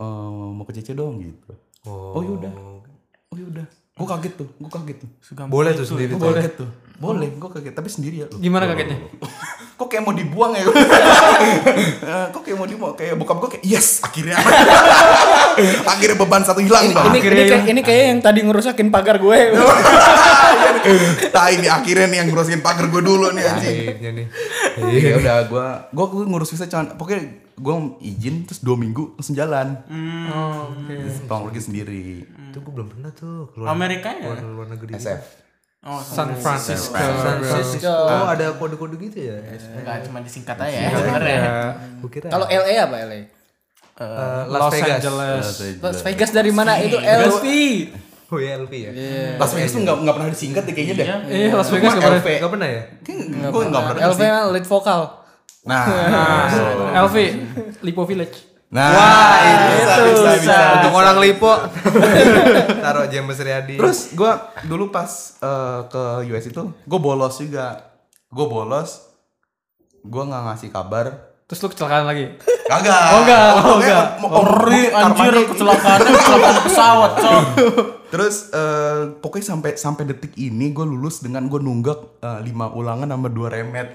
eh, mau ke cece dong" gitu. Oh, yaudah. Oh yaudah. Gue kaget tuh, gue kaget tuh. Boleh tuh sendiri. Gue kaget tuh. Boleh, gue kaget, tapi sendiri ya lu. Gimana kagetnya? Kok kayak mau dibuang ya? Eh, Kok kayak mau dibuang? Kayak bokap gue kayak, "Yes, akhirnya." akhirnya beban satu hilang, Bang. Ini ini kayak ini kayak yang tadi ngerusakin pagar gue. Nah ini akhirnya nih yang ngurusin pagar gue dulu nih anjing. Akhirnya nih. Iya udah gua gua gua ngurus visa cuman pokoknya gua izin terus dua minggu langsung jalan. Oh, Tolong pergi sendiri. Itu gue belum pernah tuh keluar Amerika ya? keluar luar negeri. SF. Oh, San Francisco. San Francisco. Oh, ada kode-kode gitu ya? enggak cuma disingkat aja ya Iya. sebenarnya. Gue kira Kalau LA apa LA? eh, Las Los Vegas. Angeles. Las Vegas dari mana itu LV? Oh ya, LV ya. Las Vegas tuh nggak nggak pernah disingkat deh kayaknya deh. Iya, Las Vegas nggak pernah. LV. Gak pernah ya? Kayaknya gua nggak pernah. LV mah lead vokal. Nah, LV, Lipo Village. nah, Bisa, bisa, bisa. Untuk orang Lipo. Taruh James Riyadi. Terus gua dulu pas eh, ke US itu gua bolos juga. Gua bolos. Gua nggak ngasih kabar. Terus lu kecelakaan lagi. Kagak. Oh enggak, Eh, oh enggak. Anjir kecelakaan kecelakaan pesawat, Cok. Terus eh, pokoknya sampai sampai detik ini gue lulus dengan gue nunggak 5 lima ulangan sama dua remet.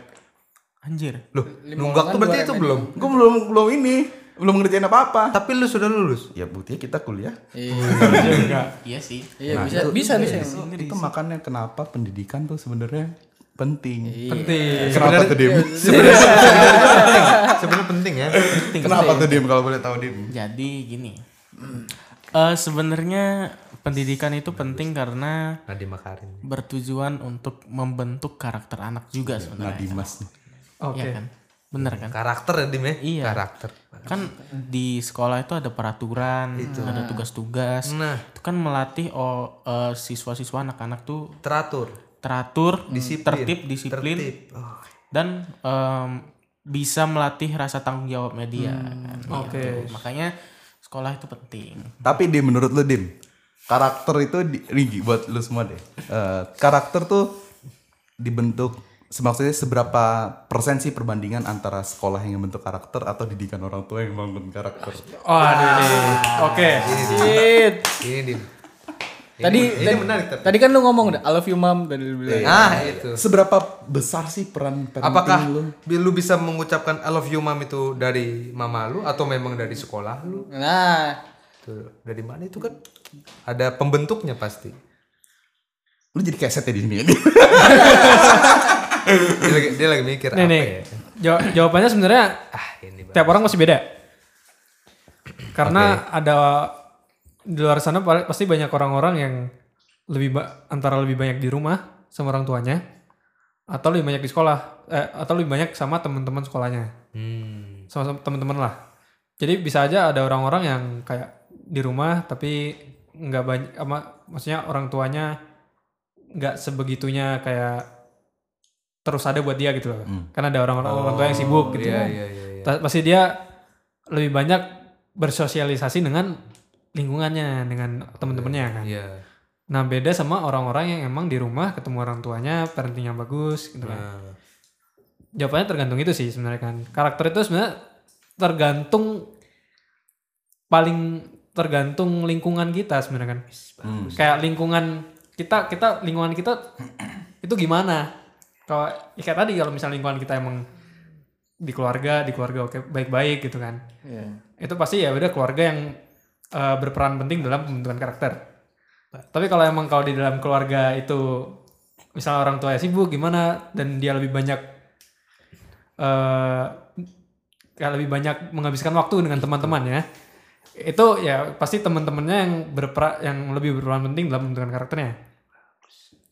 Anjir. Loh, nunggak tuh berarti itu belum. Gue belum belum ini belum ngerjain apa apa. Tapi lu sudah lulus. Ya buktinya kita kuliah. Iya sih. Iya Nah, bisa bisa bisa. Itu, itu makanya kenapa pendidikan tuh sebenarnya penting. Iya, Iya. Penting. Kenapa tuh Dim? Sebenarnya penting ya. Kenapa tuh Dim kalau boleh tahu Dim? Jadi gini. Eh, sebenarnya pendidikan itu penting karena Nadiem Makarim. bertujuan untuk membentuk karakter anak juga Iya, Nah, sebenarnya. Dimas nih. Oke. Iya kan? Bener kan? Karakter ya Dim ya? Iya. Karakter. Kan di sekolah itu ada peraturan, ada tugas-tugas. Nah. Itu kan melatih oh, eh, siswa-siswa anak-anak tuh Teratur. teratur, Disiplin. tertib, disiplin Tertib. Oh. dan em, bisa melatih rasa tanggung jawab media. Hmm, kan, Oke. gitu. Makanya sekolah itu penting. Tapi Dim menurut lu Dim, karakter itu di, Rigi, buat lu semua deh. Eh, karakter tuh dibentuk maksudnya seberapa persen sih perbandingan antara sekolah yang membentuk karakter atau didikan orang tua yang membangun karakter? Oh, aduh, Iya. ini. Oke. Shit. Ini iya, Dim. Tadi ini tadi, menarik, tapi. tadi kan lu ngomong udah I love you mom dan lu bilang. Nah itu. Seberapa besar sih peran parenting Apakah lu? bi- lu bisa mengucapkan I love you mom itu dari mama lu atau memang dari sekolah lu? Nah, Tuh, dari mana itu kan ada pembentuknya pasti. Lu jadi keset ya di sini. Dia lagi, dia lagi mikir Nih apa nih. ya? Jaw- jawabannya sebenarnya Ah ini Bang. tiap orang masih beda. Karena ada di luar sana pal- pasti banyak orang-orang yang lebih ba- antara lebih banyak di rumah sama orang tuanya atau lebih banyak di sekolah eh, atau lebih banyak sama teman-teman sekolahnya. Hmm. sama teman-teman lah. Jadi bisa aja ada orang-orang yang kayak di rumah tapi nggak banyak ama maksudnya orang tuanya nggak sebegitunya kayak terus ada buat dia gitu loh. Hmm. Karena ada orang-orang orang tua yang sibuk gitu. Iya iya iya. iya. Ta- Pasti dia lebih banyak bersosialisasi dengan lingkungannya, dengan teman-temannya kan. Iya. Nah, beda sama orang-orang yang emang di rumah ketemu orang tuanya, parenting yang bagus gitu kan Nah, jawabannya tergantung itu sih sebenarnya kan karakter itu sebenarnya tergantung paling tergantung lingkungan kita sebenarnya kan kayak lingkungan kita kita lingkungan kita itu gimana kalau ya kayak tadi kalau misalnya lingkungan kita emang di keluarga di keluarga oke baik-baik gitu kan Iya. itu pasti ya udah keluarga yang eh, berperan penting dalam pembentukan karakter. Tapi kalau emang kalau di dalam keluarga itu misalnya orang tua ya sibuk gimana dan dia lebih banyak eh kayak lebih banyak menghabiskan waktu dengan teman-temannya itu ya pasti teman-temannya yang berperan yang lebih berperan penting dalam pembentukan karakternya.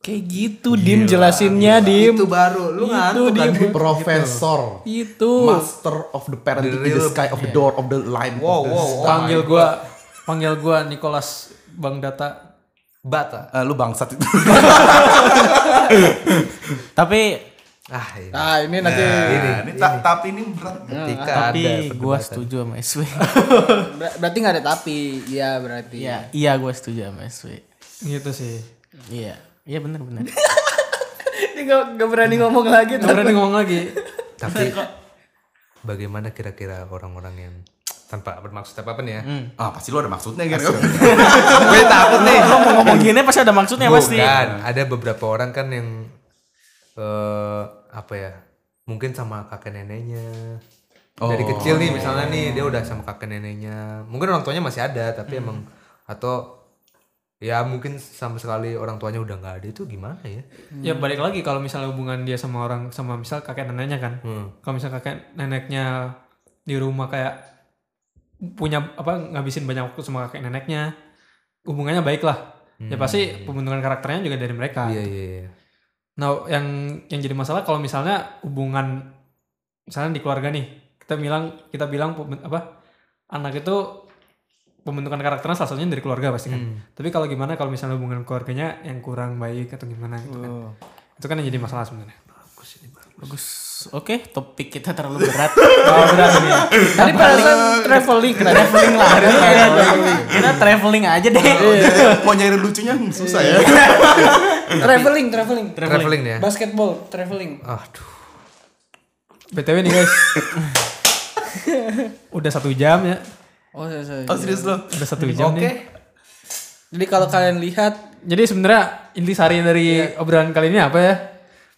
kayak gitu Dim jelasinnya Dim. itu baru lu ngantuk kan Gitu Dim? Profesor. Gitu. Itu. Master of the parenting in the sky of the door of the line. Wow wow. wow. panggil gua panggil gua Nicholas Bang Data. Bata. Eh, lu bangsat itu. Tapi Ah ini. Nah, ini nanti Iya. Nah, ini ta- tapi ini berat. Ketika ada tapi perdebatan. gua setuju sama SW. Ber- berarti nggak ada tapi. Iya, berarti. Iya, iya gua setuju sama SW. Gitu sih. Iya. Iya benar benar. Dia nggak nggak berani ngomong lagi Gak berani ngomong lagi. Tapi bagaimana kira-kira orang-orang yang tanpa bermaksud apapun ya? Hmm. Ah, pasti lu ada maksudnya kan. Gue takut nih. Ngomong gini pasti ada maksudnya pasti. Bukan, Kan, ada beberapa orang kan yang eh apa ya? Mungkin sama kakek neneknya. Oh. Dari kecil nih misalnya nih dia udah sama kakek neneknya. Mungkin orang tuanya masih ada tapi Hmm. emang atau ya mungkin sama sekali orang tuanya udah nggak ada itu gimana ya? Ya balik lagi kalau misalnya hubungan dia sama orang sama misal kakek neneknya kan. Hmm. Kalau misal kakek neneknya di rumah kayak punya apa ngabisin banyak waktu sama kakek neneknya, hubungannya baik lah. Ya pasti pembentukan karakternya juga dari mereka. Hmm. Iya iya iya. Nah, yang yang jadi masalah kalau misalnya hubungan misalnya di keluarga nih, kita bilang kita bilang pemben- apa anak itu pembentukan karakternya salah satunya dari keluarga pasti kan. Tapi kalau gimana kalau misalnya hubungan keluarganya yang kurang baik atau gimana gitu kan. Itu kan yang jadi masalah sebenarnya. Bagus. Oke, topik kita terlalu berat. Oh, Kalau berat ini. Tadi perasaan traveling traveling lah. kita traveling aja deh. Iya. Mau nyari lucunya susah ya. Iya. traveling, traveling. Traveling nih ya. Basketball, traveling. Aduh. BTW nih guys. Udah satu jam ya. Oh, iya, sorry, sorry. Oh, serius lu? Udah satu jam nih. Jadi kalau kalian lihat Jadi sebenarnya inti sari dari obrolan kali ini apa ya?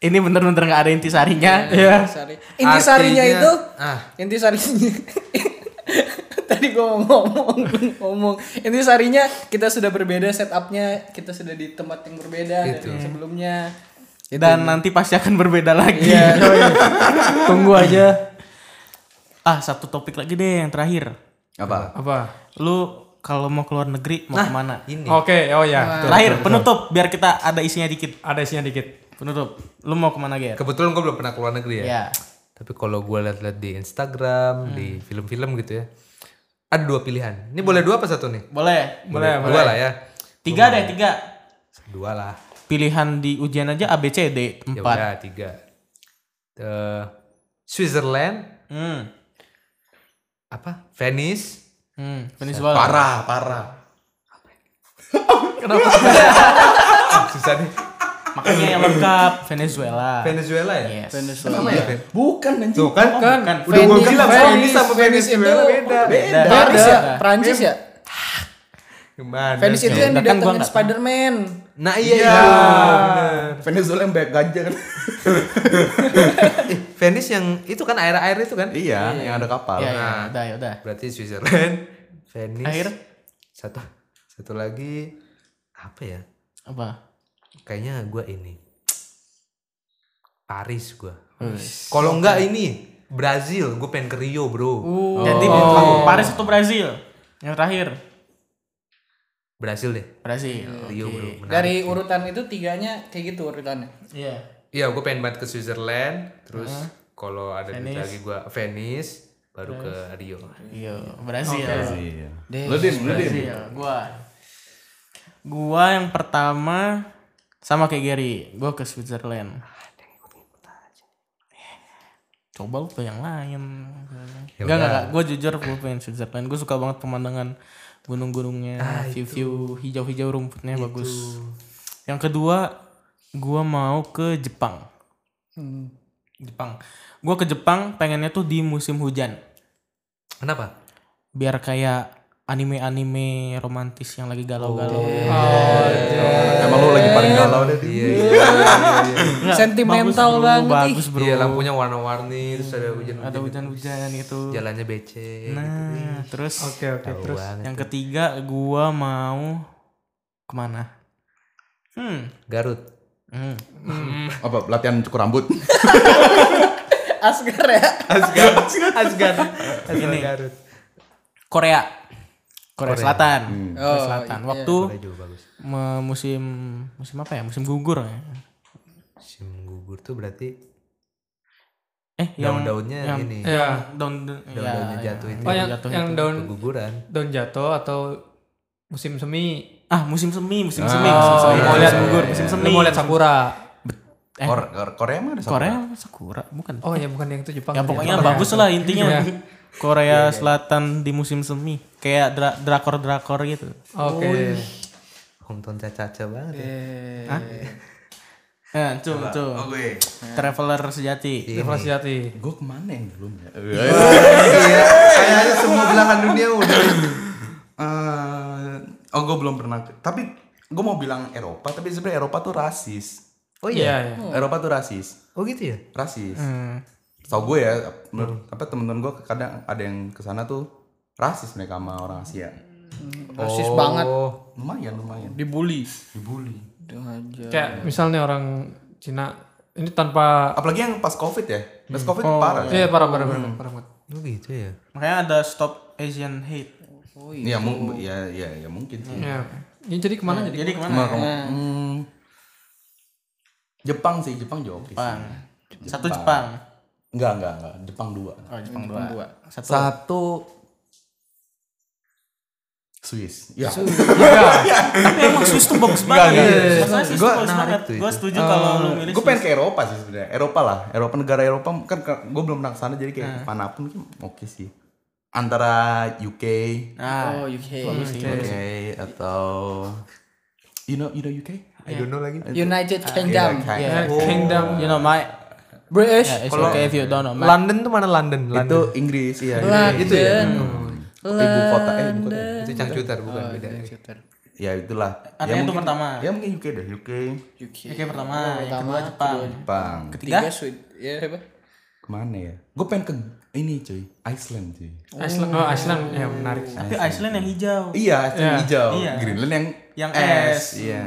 Ini bener-bener gak ada intisarinya. Iya. Intisari. Intisarinya Artinya- itu Ah. intisarinya. Tadi gua mau ngomong, ngomong. Intisarinya kita sudah berbeda setupnya, kita sudah di tempat yang berbeda Gitu. dari yang sebelumnya. Dan nanti pasti akan berbeda lagi. Tunggu aja. Ah, satu topik lagi deh yang terakhir. Apa? Apa? Lu kalau mau keluar negeri mau kemana? Ini. Oke, oh ya. Terakhir penutup biar kita ada isinya dikit. Ada isinya dikit. Penutup. Lu mau kemana Ger? Kebetulan gue belum pernah keluar negeri ya. Ya. Tapi kalau gue lihat-lihat di Instagram, di film-film gitu ya, ada dua pilihan. Ini boleh dua apa satu nih? Boleh. Boleh, Dua lah ya. Tiga deh tiga. Dua lah. Pilihan di ujian aja A B C D Ya empat. udah tiga. Eh, Switzerland, Hmm. apa? Venice. Hmm. Venezuela. Parah, parah. Susah nih. Makanya yang lengkap Venezuela. Venezuela ya? Yes. Sama ya? Bukan anjing. Tuh kan? Bukan. Udah gue Venice, bilang Venice, Venice sama Venice Venice itu- beda. Beda. Paris ya? Prancis ya? Gimana? Venice itu yang Datang gua didatengin nggak tahu. Spider-Man. Nah iya, Iya. iya. Venezuela yang banyak ganja kan. Eh, Venice yang itu kan air-air itu kan? iya, yang ada kapal. Ya, ya, udah, ya, udah. Berarti Switzerland, Venice. Akhir? Satu, satu lagi apa ya? Apa? Kayaknya gue ini Paris gue. Kalau enggak ini Brazil, gue pengen ke Rio bro. Jadi oh. Paris atau Brazil? Yang terakhir Brazil deh, Brazil. Rio bro. Menarik. Nah, gitu. Dari urutan itu tiganya kayak gitu urutannya. Iya. Iya, gue pengen banget ke Switzerland. Terus kalau ada duit lagi gue Venice, baru ke Rio. Iya, Brazil. Iya. Lu Din, lu Din. Brazil. Gua. Gua yang pertama sama kayak Gary, gua ke Switzerland. Eh, Coba lu ke yang lain. Ya Enggak, enggak, enggak. Gue jujur gue pengen Switzerland. Gue suka banget pemandangan gunung-gunungnya, view-view hijau-hijau rumputnya bagus. Yang kedua, gua mau ke Jepang. Jepang. Gue ke Jepang pengennya tuh di musim hujan. Kenapa? Biar kayak anime-anime romantis yang lagi galau-galau. Iya. Oh, Emang lu lagi paling galau deh. Din. Nggak, bagus, bro, Sentimental banget, ih. Bagus iya, bro. Iya, Iya, lampunya warna-warni, terus ada hujan. Ada hujan-hujan gitu. Jalannya becek. gitu. Nah, terus Oke, oke. Terus yang ketiga gua mau kemana? Hmm. Garut. hmm. Apa latihan cukur rambut? Asgar ya? Asgard. Asgard. Asgard Ini. Garut. Korea. Korea, Selatan. Hmm. Korea Oh, Selatan. iya. Waktu Udah juga bagus. me- musim musim apa ya? Musim gugur ya. Musim gugur tuh berarti Eh, yang ya, daun-daunnya ini. ya. daun Daun-daunnya jatuh itu. Oh, yang yang daun gitu. keguguran. daun jatuh atau musim semi. Ah, musim semi, musim semi, musim semi. iya, Mau lihat iya, gugur, musim Lu semi. mau lihat sakura. Eh. Kor- Kor- Korea mah ada sama. Korea apa sakura, bukan. Oh, ya bukan yang itu Jepang. ya tadi. pokoknya Korea. bagus lah iya. intinya. Iya. Korea Selatan di musim semi, kayak dra- drakor-drakor gitu. Oke. Hometown caca-caca banget. ya. Nah, cung, cung. Gue. Iya. Traveler sejati. Travel sejati. Gue kemana yang belum ya? Iya, kayaknya semua belahan dunia udah. Eh, oh gue belum pernah. ke- Tapi gue mau bilang Eropa, tapi sebenarnya Eropa tuh rasis. Oh Iya, iya. iya. Eropa tuh rasis. Oh gitu ya? rasis. Tau gue ya, menurut apa temen-temen gue kadang ada yang kesana tuh rasis mereka sama orang Asia. Rasis banget. Oh, Lumayan, lumayan. Dibully. Hmm. Dibully. Kayak misalnya orang Cina ini tanpa Apalagi yang pas covid ya, pas covid parah. Iya, parah parah parah. hmm. parah banget. oh gitu ya? Makanya ada stop Asian hate. Iya, mung- ya, ya, ya mungkin sih. Ya. Ini jadi kemana jadi? Jadi kemana? Cuma kalau- hmm, Jepang sih, Jepang jauh. Jepang. Satu Jepang. Enggak, enggak, enggak. Jepang dua. Oh, Jepang, dua. Satu. Satu Swiss. Ya. Tapi emang Swiss tuh bagus banget. Enggak, enggak. Masalahnya Swiss tuh Eh, Gua bagus narik banget. tuh Gue setuju kalau lu milih gue pengen ke Eropa sih sebenarnya Eropa lah Eropa negara Eropa kan gue belum pernah kesana jadi kayak manapun kan oke sih antara UK Nah, Oh, UK. UK atau you know you know UK I don't know lagi. Iya. Ah, United iya. Yeah, Kingdom. kayak- Eh, Kingdom. you know my British. yeah, it's okay if you don't know my. London tuh mana London? itu London. Inggris iya London. itu ya ibu kota eh ibu kota Itu cangcuter bukan beda. ya itulah Artinya itu pertama. ya mungkin UK deh UK Ya. UK. Oke, pertama, yang kedua Jepang. Jepang Ketiga Tiga Sweet. Ya, apa? kemana ya gue pengen ke ini cuy Iceland cuy Iceland. Oh, Iceland ya menarik. tapi Iceland yang hijau. iya Iceland hijau Iya. Greenland yang Yang es. iya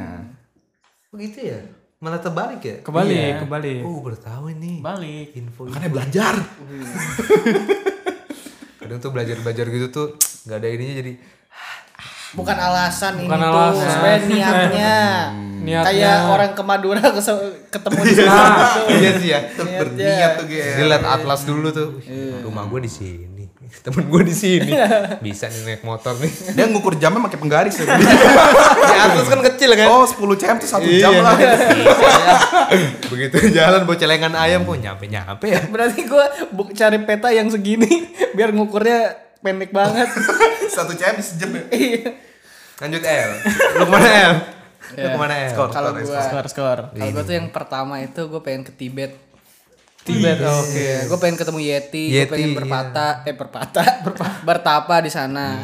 Oh gitu ya? Malah terbalik ya? Kembali, Iya. kembali. Oh, baru tahu ini. Balik. Info. makanya belajar Kadang tuh belajar-belajar gitu tuh nggak ada ininya jadi bukan alasan ini Bukan tuh alasan. sebenarnya niatnya Iya. Niatnya. kayak orang ke Madura kes- ketemu di sana tuh. Iya sih ya. Niatnya. berniat tuh gitu Dia liat atlas dulu tuh. Rumah gue di sini. Temen gue di sini. Bisa nih naik motor nih. dia ngukur jamnya pakai penggaris ya. Di atlas kan kecil kan. oh 10 cm tuh satu jam Iya. lah Begitu jalan bawa celengan ayam kok nyampe-nyampe ya. berarti gue bu- cari peta yang segini biar ngukurnya pendek banget satu cm sejam ya Iya. Lanjut L. Lu kemana L? Lu kemana L? Skor, kalau skor, gue skor. skor skor kalau gue tuh yang pertama itu gue pengen ke Tibet Tibet oke. iya. Iya, gue pengen ketemu Yeti, gue Yeti, pengen berpata, eh berpata, berpa- bertapa di sana.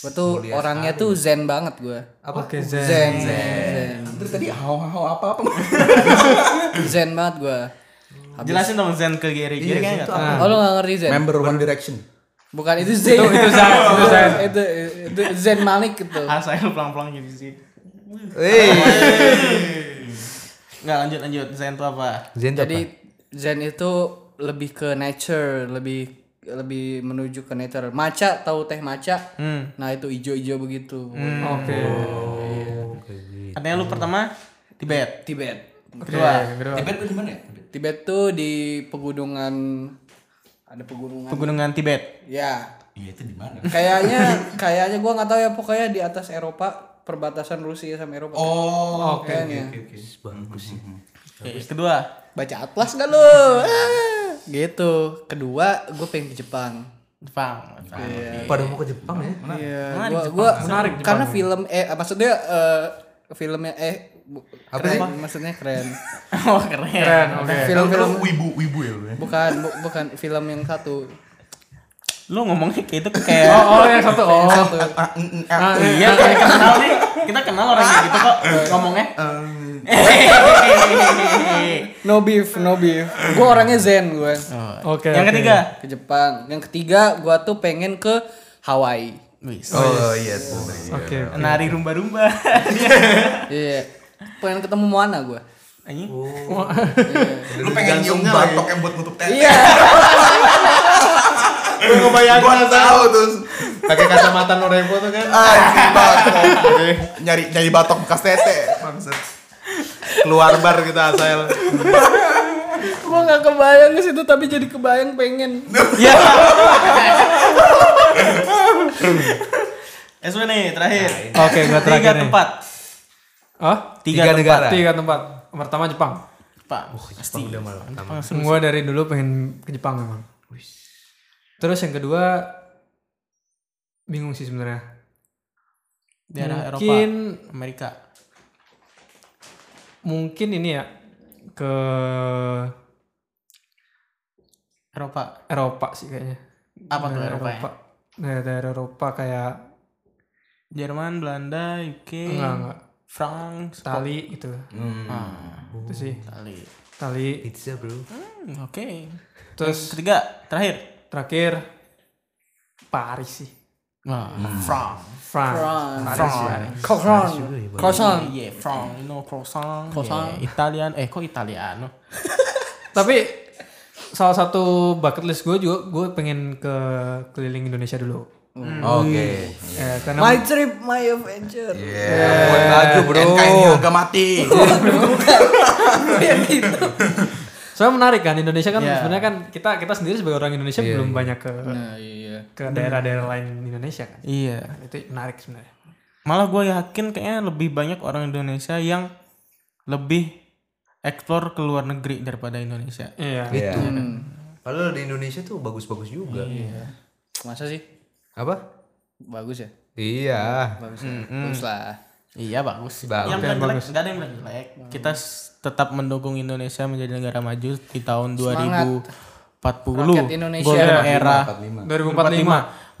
Gue tuh orangnya tuh zen banget gue. Apa? Oke Zen, Zen. zen, Eh, Terus tadi hau-hau apa-apa Zen banget gue. jelasin dong Iya, Zen ke Gary Gary kayaknya gitu nggak tahu Oh lo gak ngerti zen? iya, Ah. member One Direction Bukan itu zen. Nah. Itu- itu Zen, itu Zen. Ah, itu, itu zen Malik gitu. saya pelang-pelang gitu sih Hei. nggak lanjut lanjut Zen tuh apa Zen tuh Jadi zen itu lebih ke nature, lebih lebih menuju ke nature. Maca tahu teh maca? Hmm. Nah itu ijo-ijo begitu. Oke. katanya lu pertama Tibet Tibet. kedua Kedua. Tibet gue di mana ya? Tibet tuh di pegunungan ada pegunungan pegunungan Tibet ya Iya itu di mana? kayaknya kayaknya gua nggak tahu ya pokoknya di atas Eropa perbatasan Rusia sama Eropa Oh, oke. Kayaknya. Oke, kedua baca atlas gak lu Ah, Hmm. gitu kedua gue pengen ke Jepang Jepang Jepang. Pada mau ke Jepang ya? iya Menarik gua, Jepang. gua Menarik Jepang. karena film eh maksudnya eh, filmnya eh bu- Apa keren, sih? maksudnya keren oh keren, Keren oke. film-film wibu wibu ya lu ya. bukan bu- bukan film yang satu lu ngomongnya kayak itu kayak Oh, oh yang satu oh. satu Ah, mm, mm, ah. Nah, Iya, kita kenal nih. Kita kenal orang kayak gitu kok ngomongnya. eh. no beef no beef gue orangnya zen gue Oke, Yang oke. ketiga. ke Jepang. Yang ketiga, gua tuh pengen ke Hawaii. Wis. Oh, yes. Oke. Nari rumba-rumba. Iya. Pengen ketemu Moana gua. Anjing. Lu pengen nyium batok yang buat nutup tenda. Iya. Gue ngebayangin Gua tahu terus. pakai kacamata Norevo tuh kan. Anjing batok. Nyari nyari batok bekas tete. Maksud. Keluar bar kita asal. gua nggak kebayang ke situ tapi jadi kebayang pengen. Ya. SW nih terakhir. Oke, Tiga gua terakhir nih. tempat. Oh? Tiga, Tiga tempat. negara. Tiga tempat. Pertama Jepang. Pak. pasti. Jepang seru. Gua dari dulu pengen ke Jepang memang. Terus yang kedua bingung sih sebenarnya. Daerah Eropa, Mungkin Amerika. mungkin ini ya ke Eropa. Eropa sih kayaknya. Apa tuh Daerah Eropa? ya? Daerah, daerah Eropa kayak Jerman, Belanda, UK, enggak enggak France, Itali gitu. Hmm. Itu sih Itali. Itali. Pizza bro. Hmm, Oke. Terus Ketiga, terakhir. terakhir Paris sih. Wah, France. France. Croissant. Croissant. Iya, France, you know, croissant. Croissant. Yeah, Italian, eh kok Italiano? Tapi salah satu bucket list gue juga gue pengen ke keliling Indonesia dulu. Oke. Eh, karena My trip, my adventure. Buat baju bro. Eh, ini agak mati. soalnya menarik kan Indonesia kan Iya. sebenarnya kan kita kita sendiri sebagai orang Indonesia belum banyak ke Nah, iya. ke daerah-daerah lain Indonesia kan. Iya. Itu menarik sebenarnya. Malah gue yakin kayaknya lebih banyak orang Indonesia yang lebih explore ke luar negeri daripada Indonesia. Iya. Itu. Padahal di Indonesia tuh bagus-bagus juga. Masa sih? Apa? Bagus ya? Iya. Bagus. ya? Bagus lah. Iya bagus. Hmm. Bagus. Yang jelek, bagus. Gak ada yang jelek. Kita s- tetap mendukung Indonesia menjadi negara maju di tahun 2040. Rakyat Indonesia. Golden era. Iya.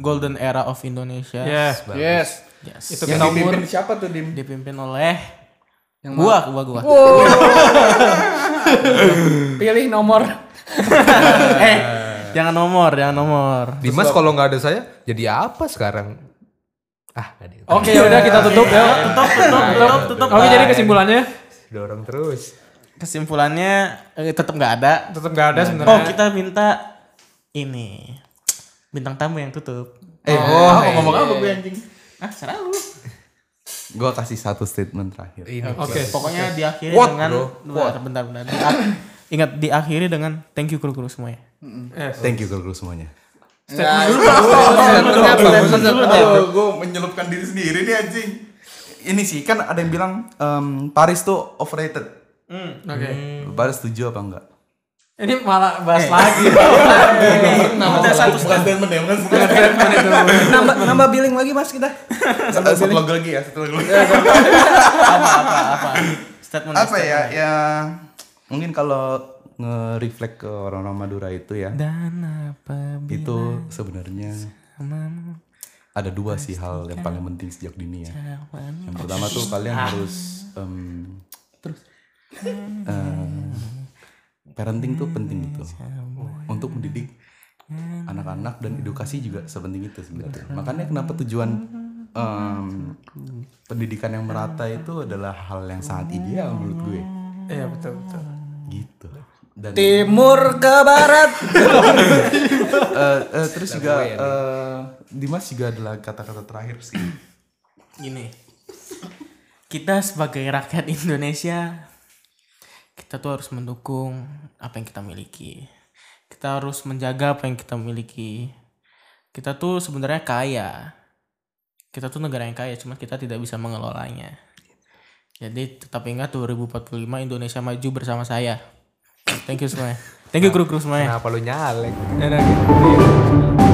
2045. Golden era of Indonesia. Ya. Yes. Yes. Itu kita umur siapa tuh Dim? Dipimpin oleh gua, gua, gua. Pilih nomor. eh, jangan nomor, jangan nomor. Dimas kalau nggak ada saya jadi apa sekarang? Ah, ada. yang Oke, udah kita tutup ya. Tutup, tutup, tutup, tutup. Oke, jadi kesimpulannya dorong terus. kesimpulannya eh, tetap nggak ada. tetap gak ada sebenarnya. Oh kita minta ini bintang tamu yang tutup. iya. Eh, oh, Ngomong apa gue anjing? Ah, serah lu. Gue kasih satu statement terakhir. Oke. Pokoknya diakhiri dengan bentar, bentar, bentar. Di- ingat diakhiri dengan thank you kru-kru semuanya. Eh, Thank you kru-kru semuanya. Ya, Aduh, gue menyelupkan diri sendiri nih anjing. Ini sih kan ada yang bilang em, Paris tuh overrated. Oke. Hmm. Paris setuju apa enggak? Ini malah bahas lagi. Ada satu Bukan statement ya, bukan bukan nambah nambah billing lagi mas kita Satu satu lagu lagi ya, satu lagu lagi. apa-apa. Statement Apa ya? Ya mungkin kalau nge-reflect ke orang-orang Madura itu ya, dan apa Iya. itu sebenarnya ada dua sih hal yang paling penting sejak dini ya. Iya. Yang Ah. pertama tuh kalian harus terus eh, parenting tuh penting itu untuk mendidik Hmm. anak-anak dan edukasi juga sepenting itu sebenarnya. Makanya kenapa tujuan Hmm. em, pendidikan yang merata itu adalah hal yang sangat ideal menurut gue. Iya, betul, betul. Gitu. Dan timur ke barat eh, eh, terus juga eh, Dimas juga adalah kata-kata terakhir sih. gini kita sebagai rakyat Indonesia kita tuh harus mendukung apa yang kita miliki kita harus menjaga apa yang kita miliki kita tuh sebenarnya kaya kita tuh negara yang kaya cuma kita tidak bisa mengelolanya jadi tetap ingat 2045 Indonesia maju bersama saya thank you semuanya thank you kru kru semuanya Kenapa lu nyalek? Dadah.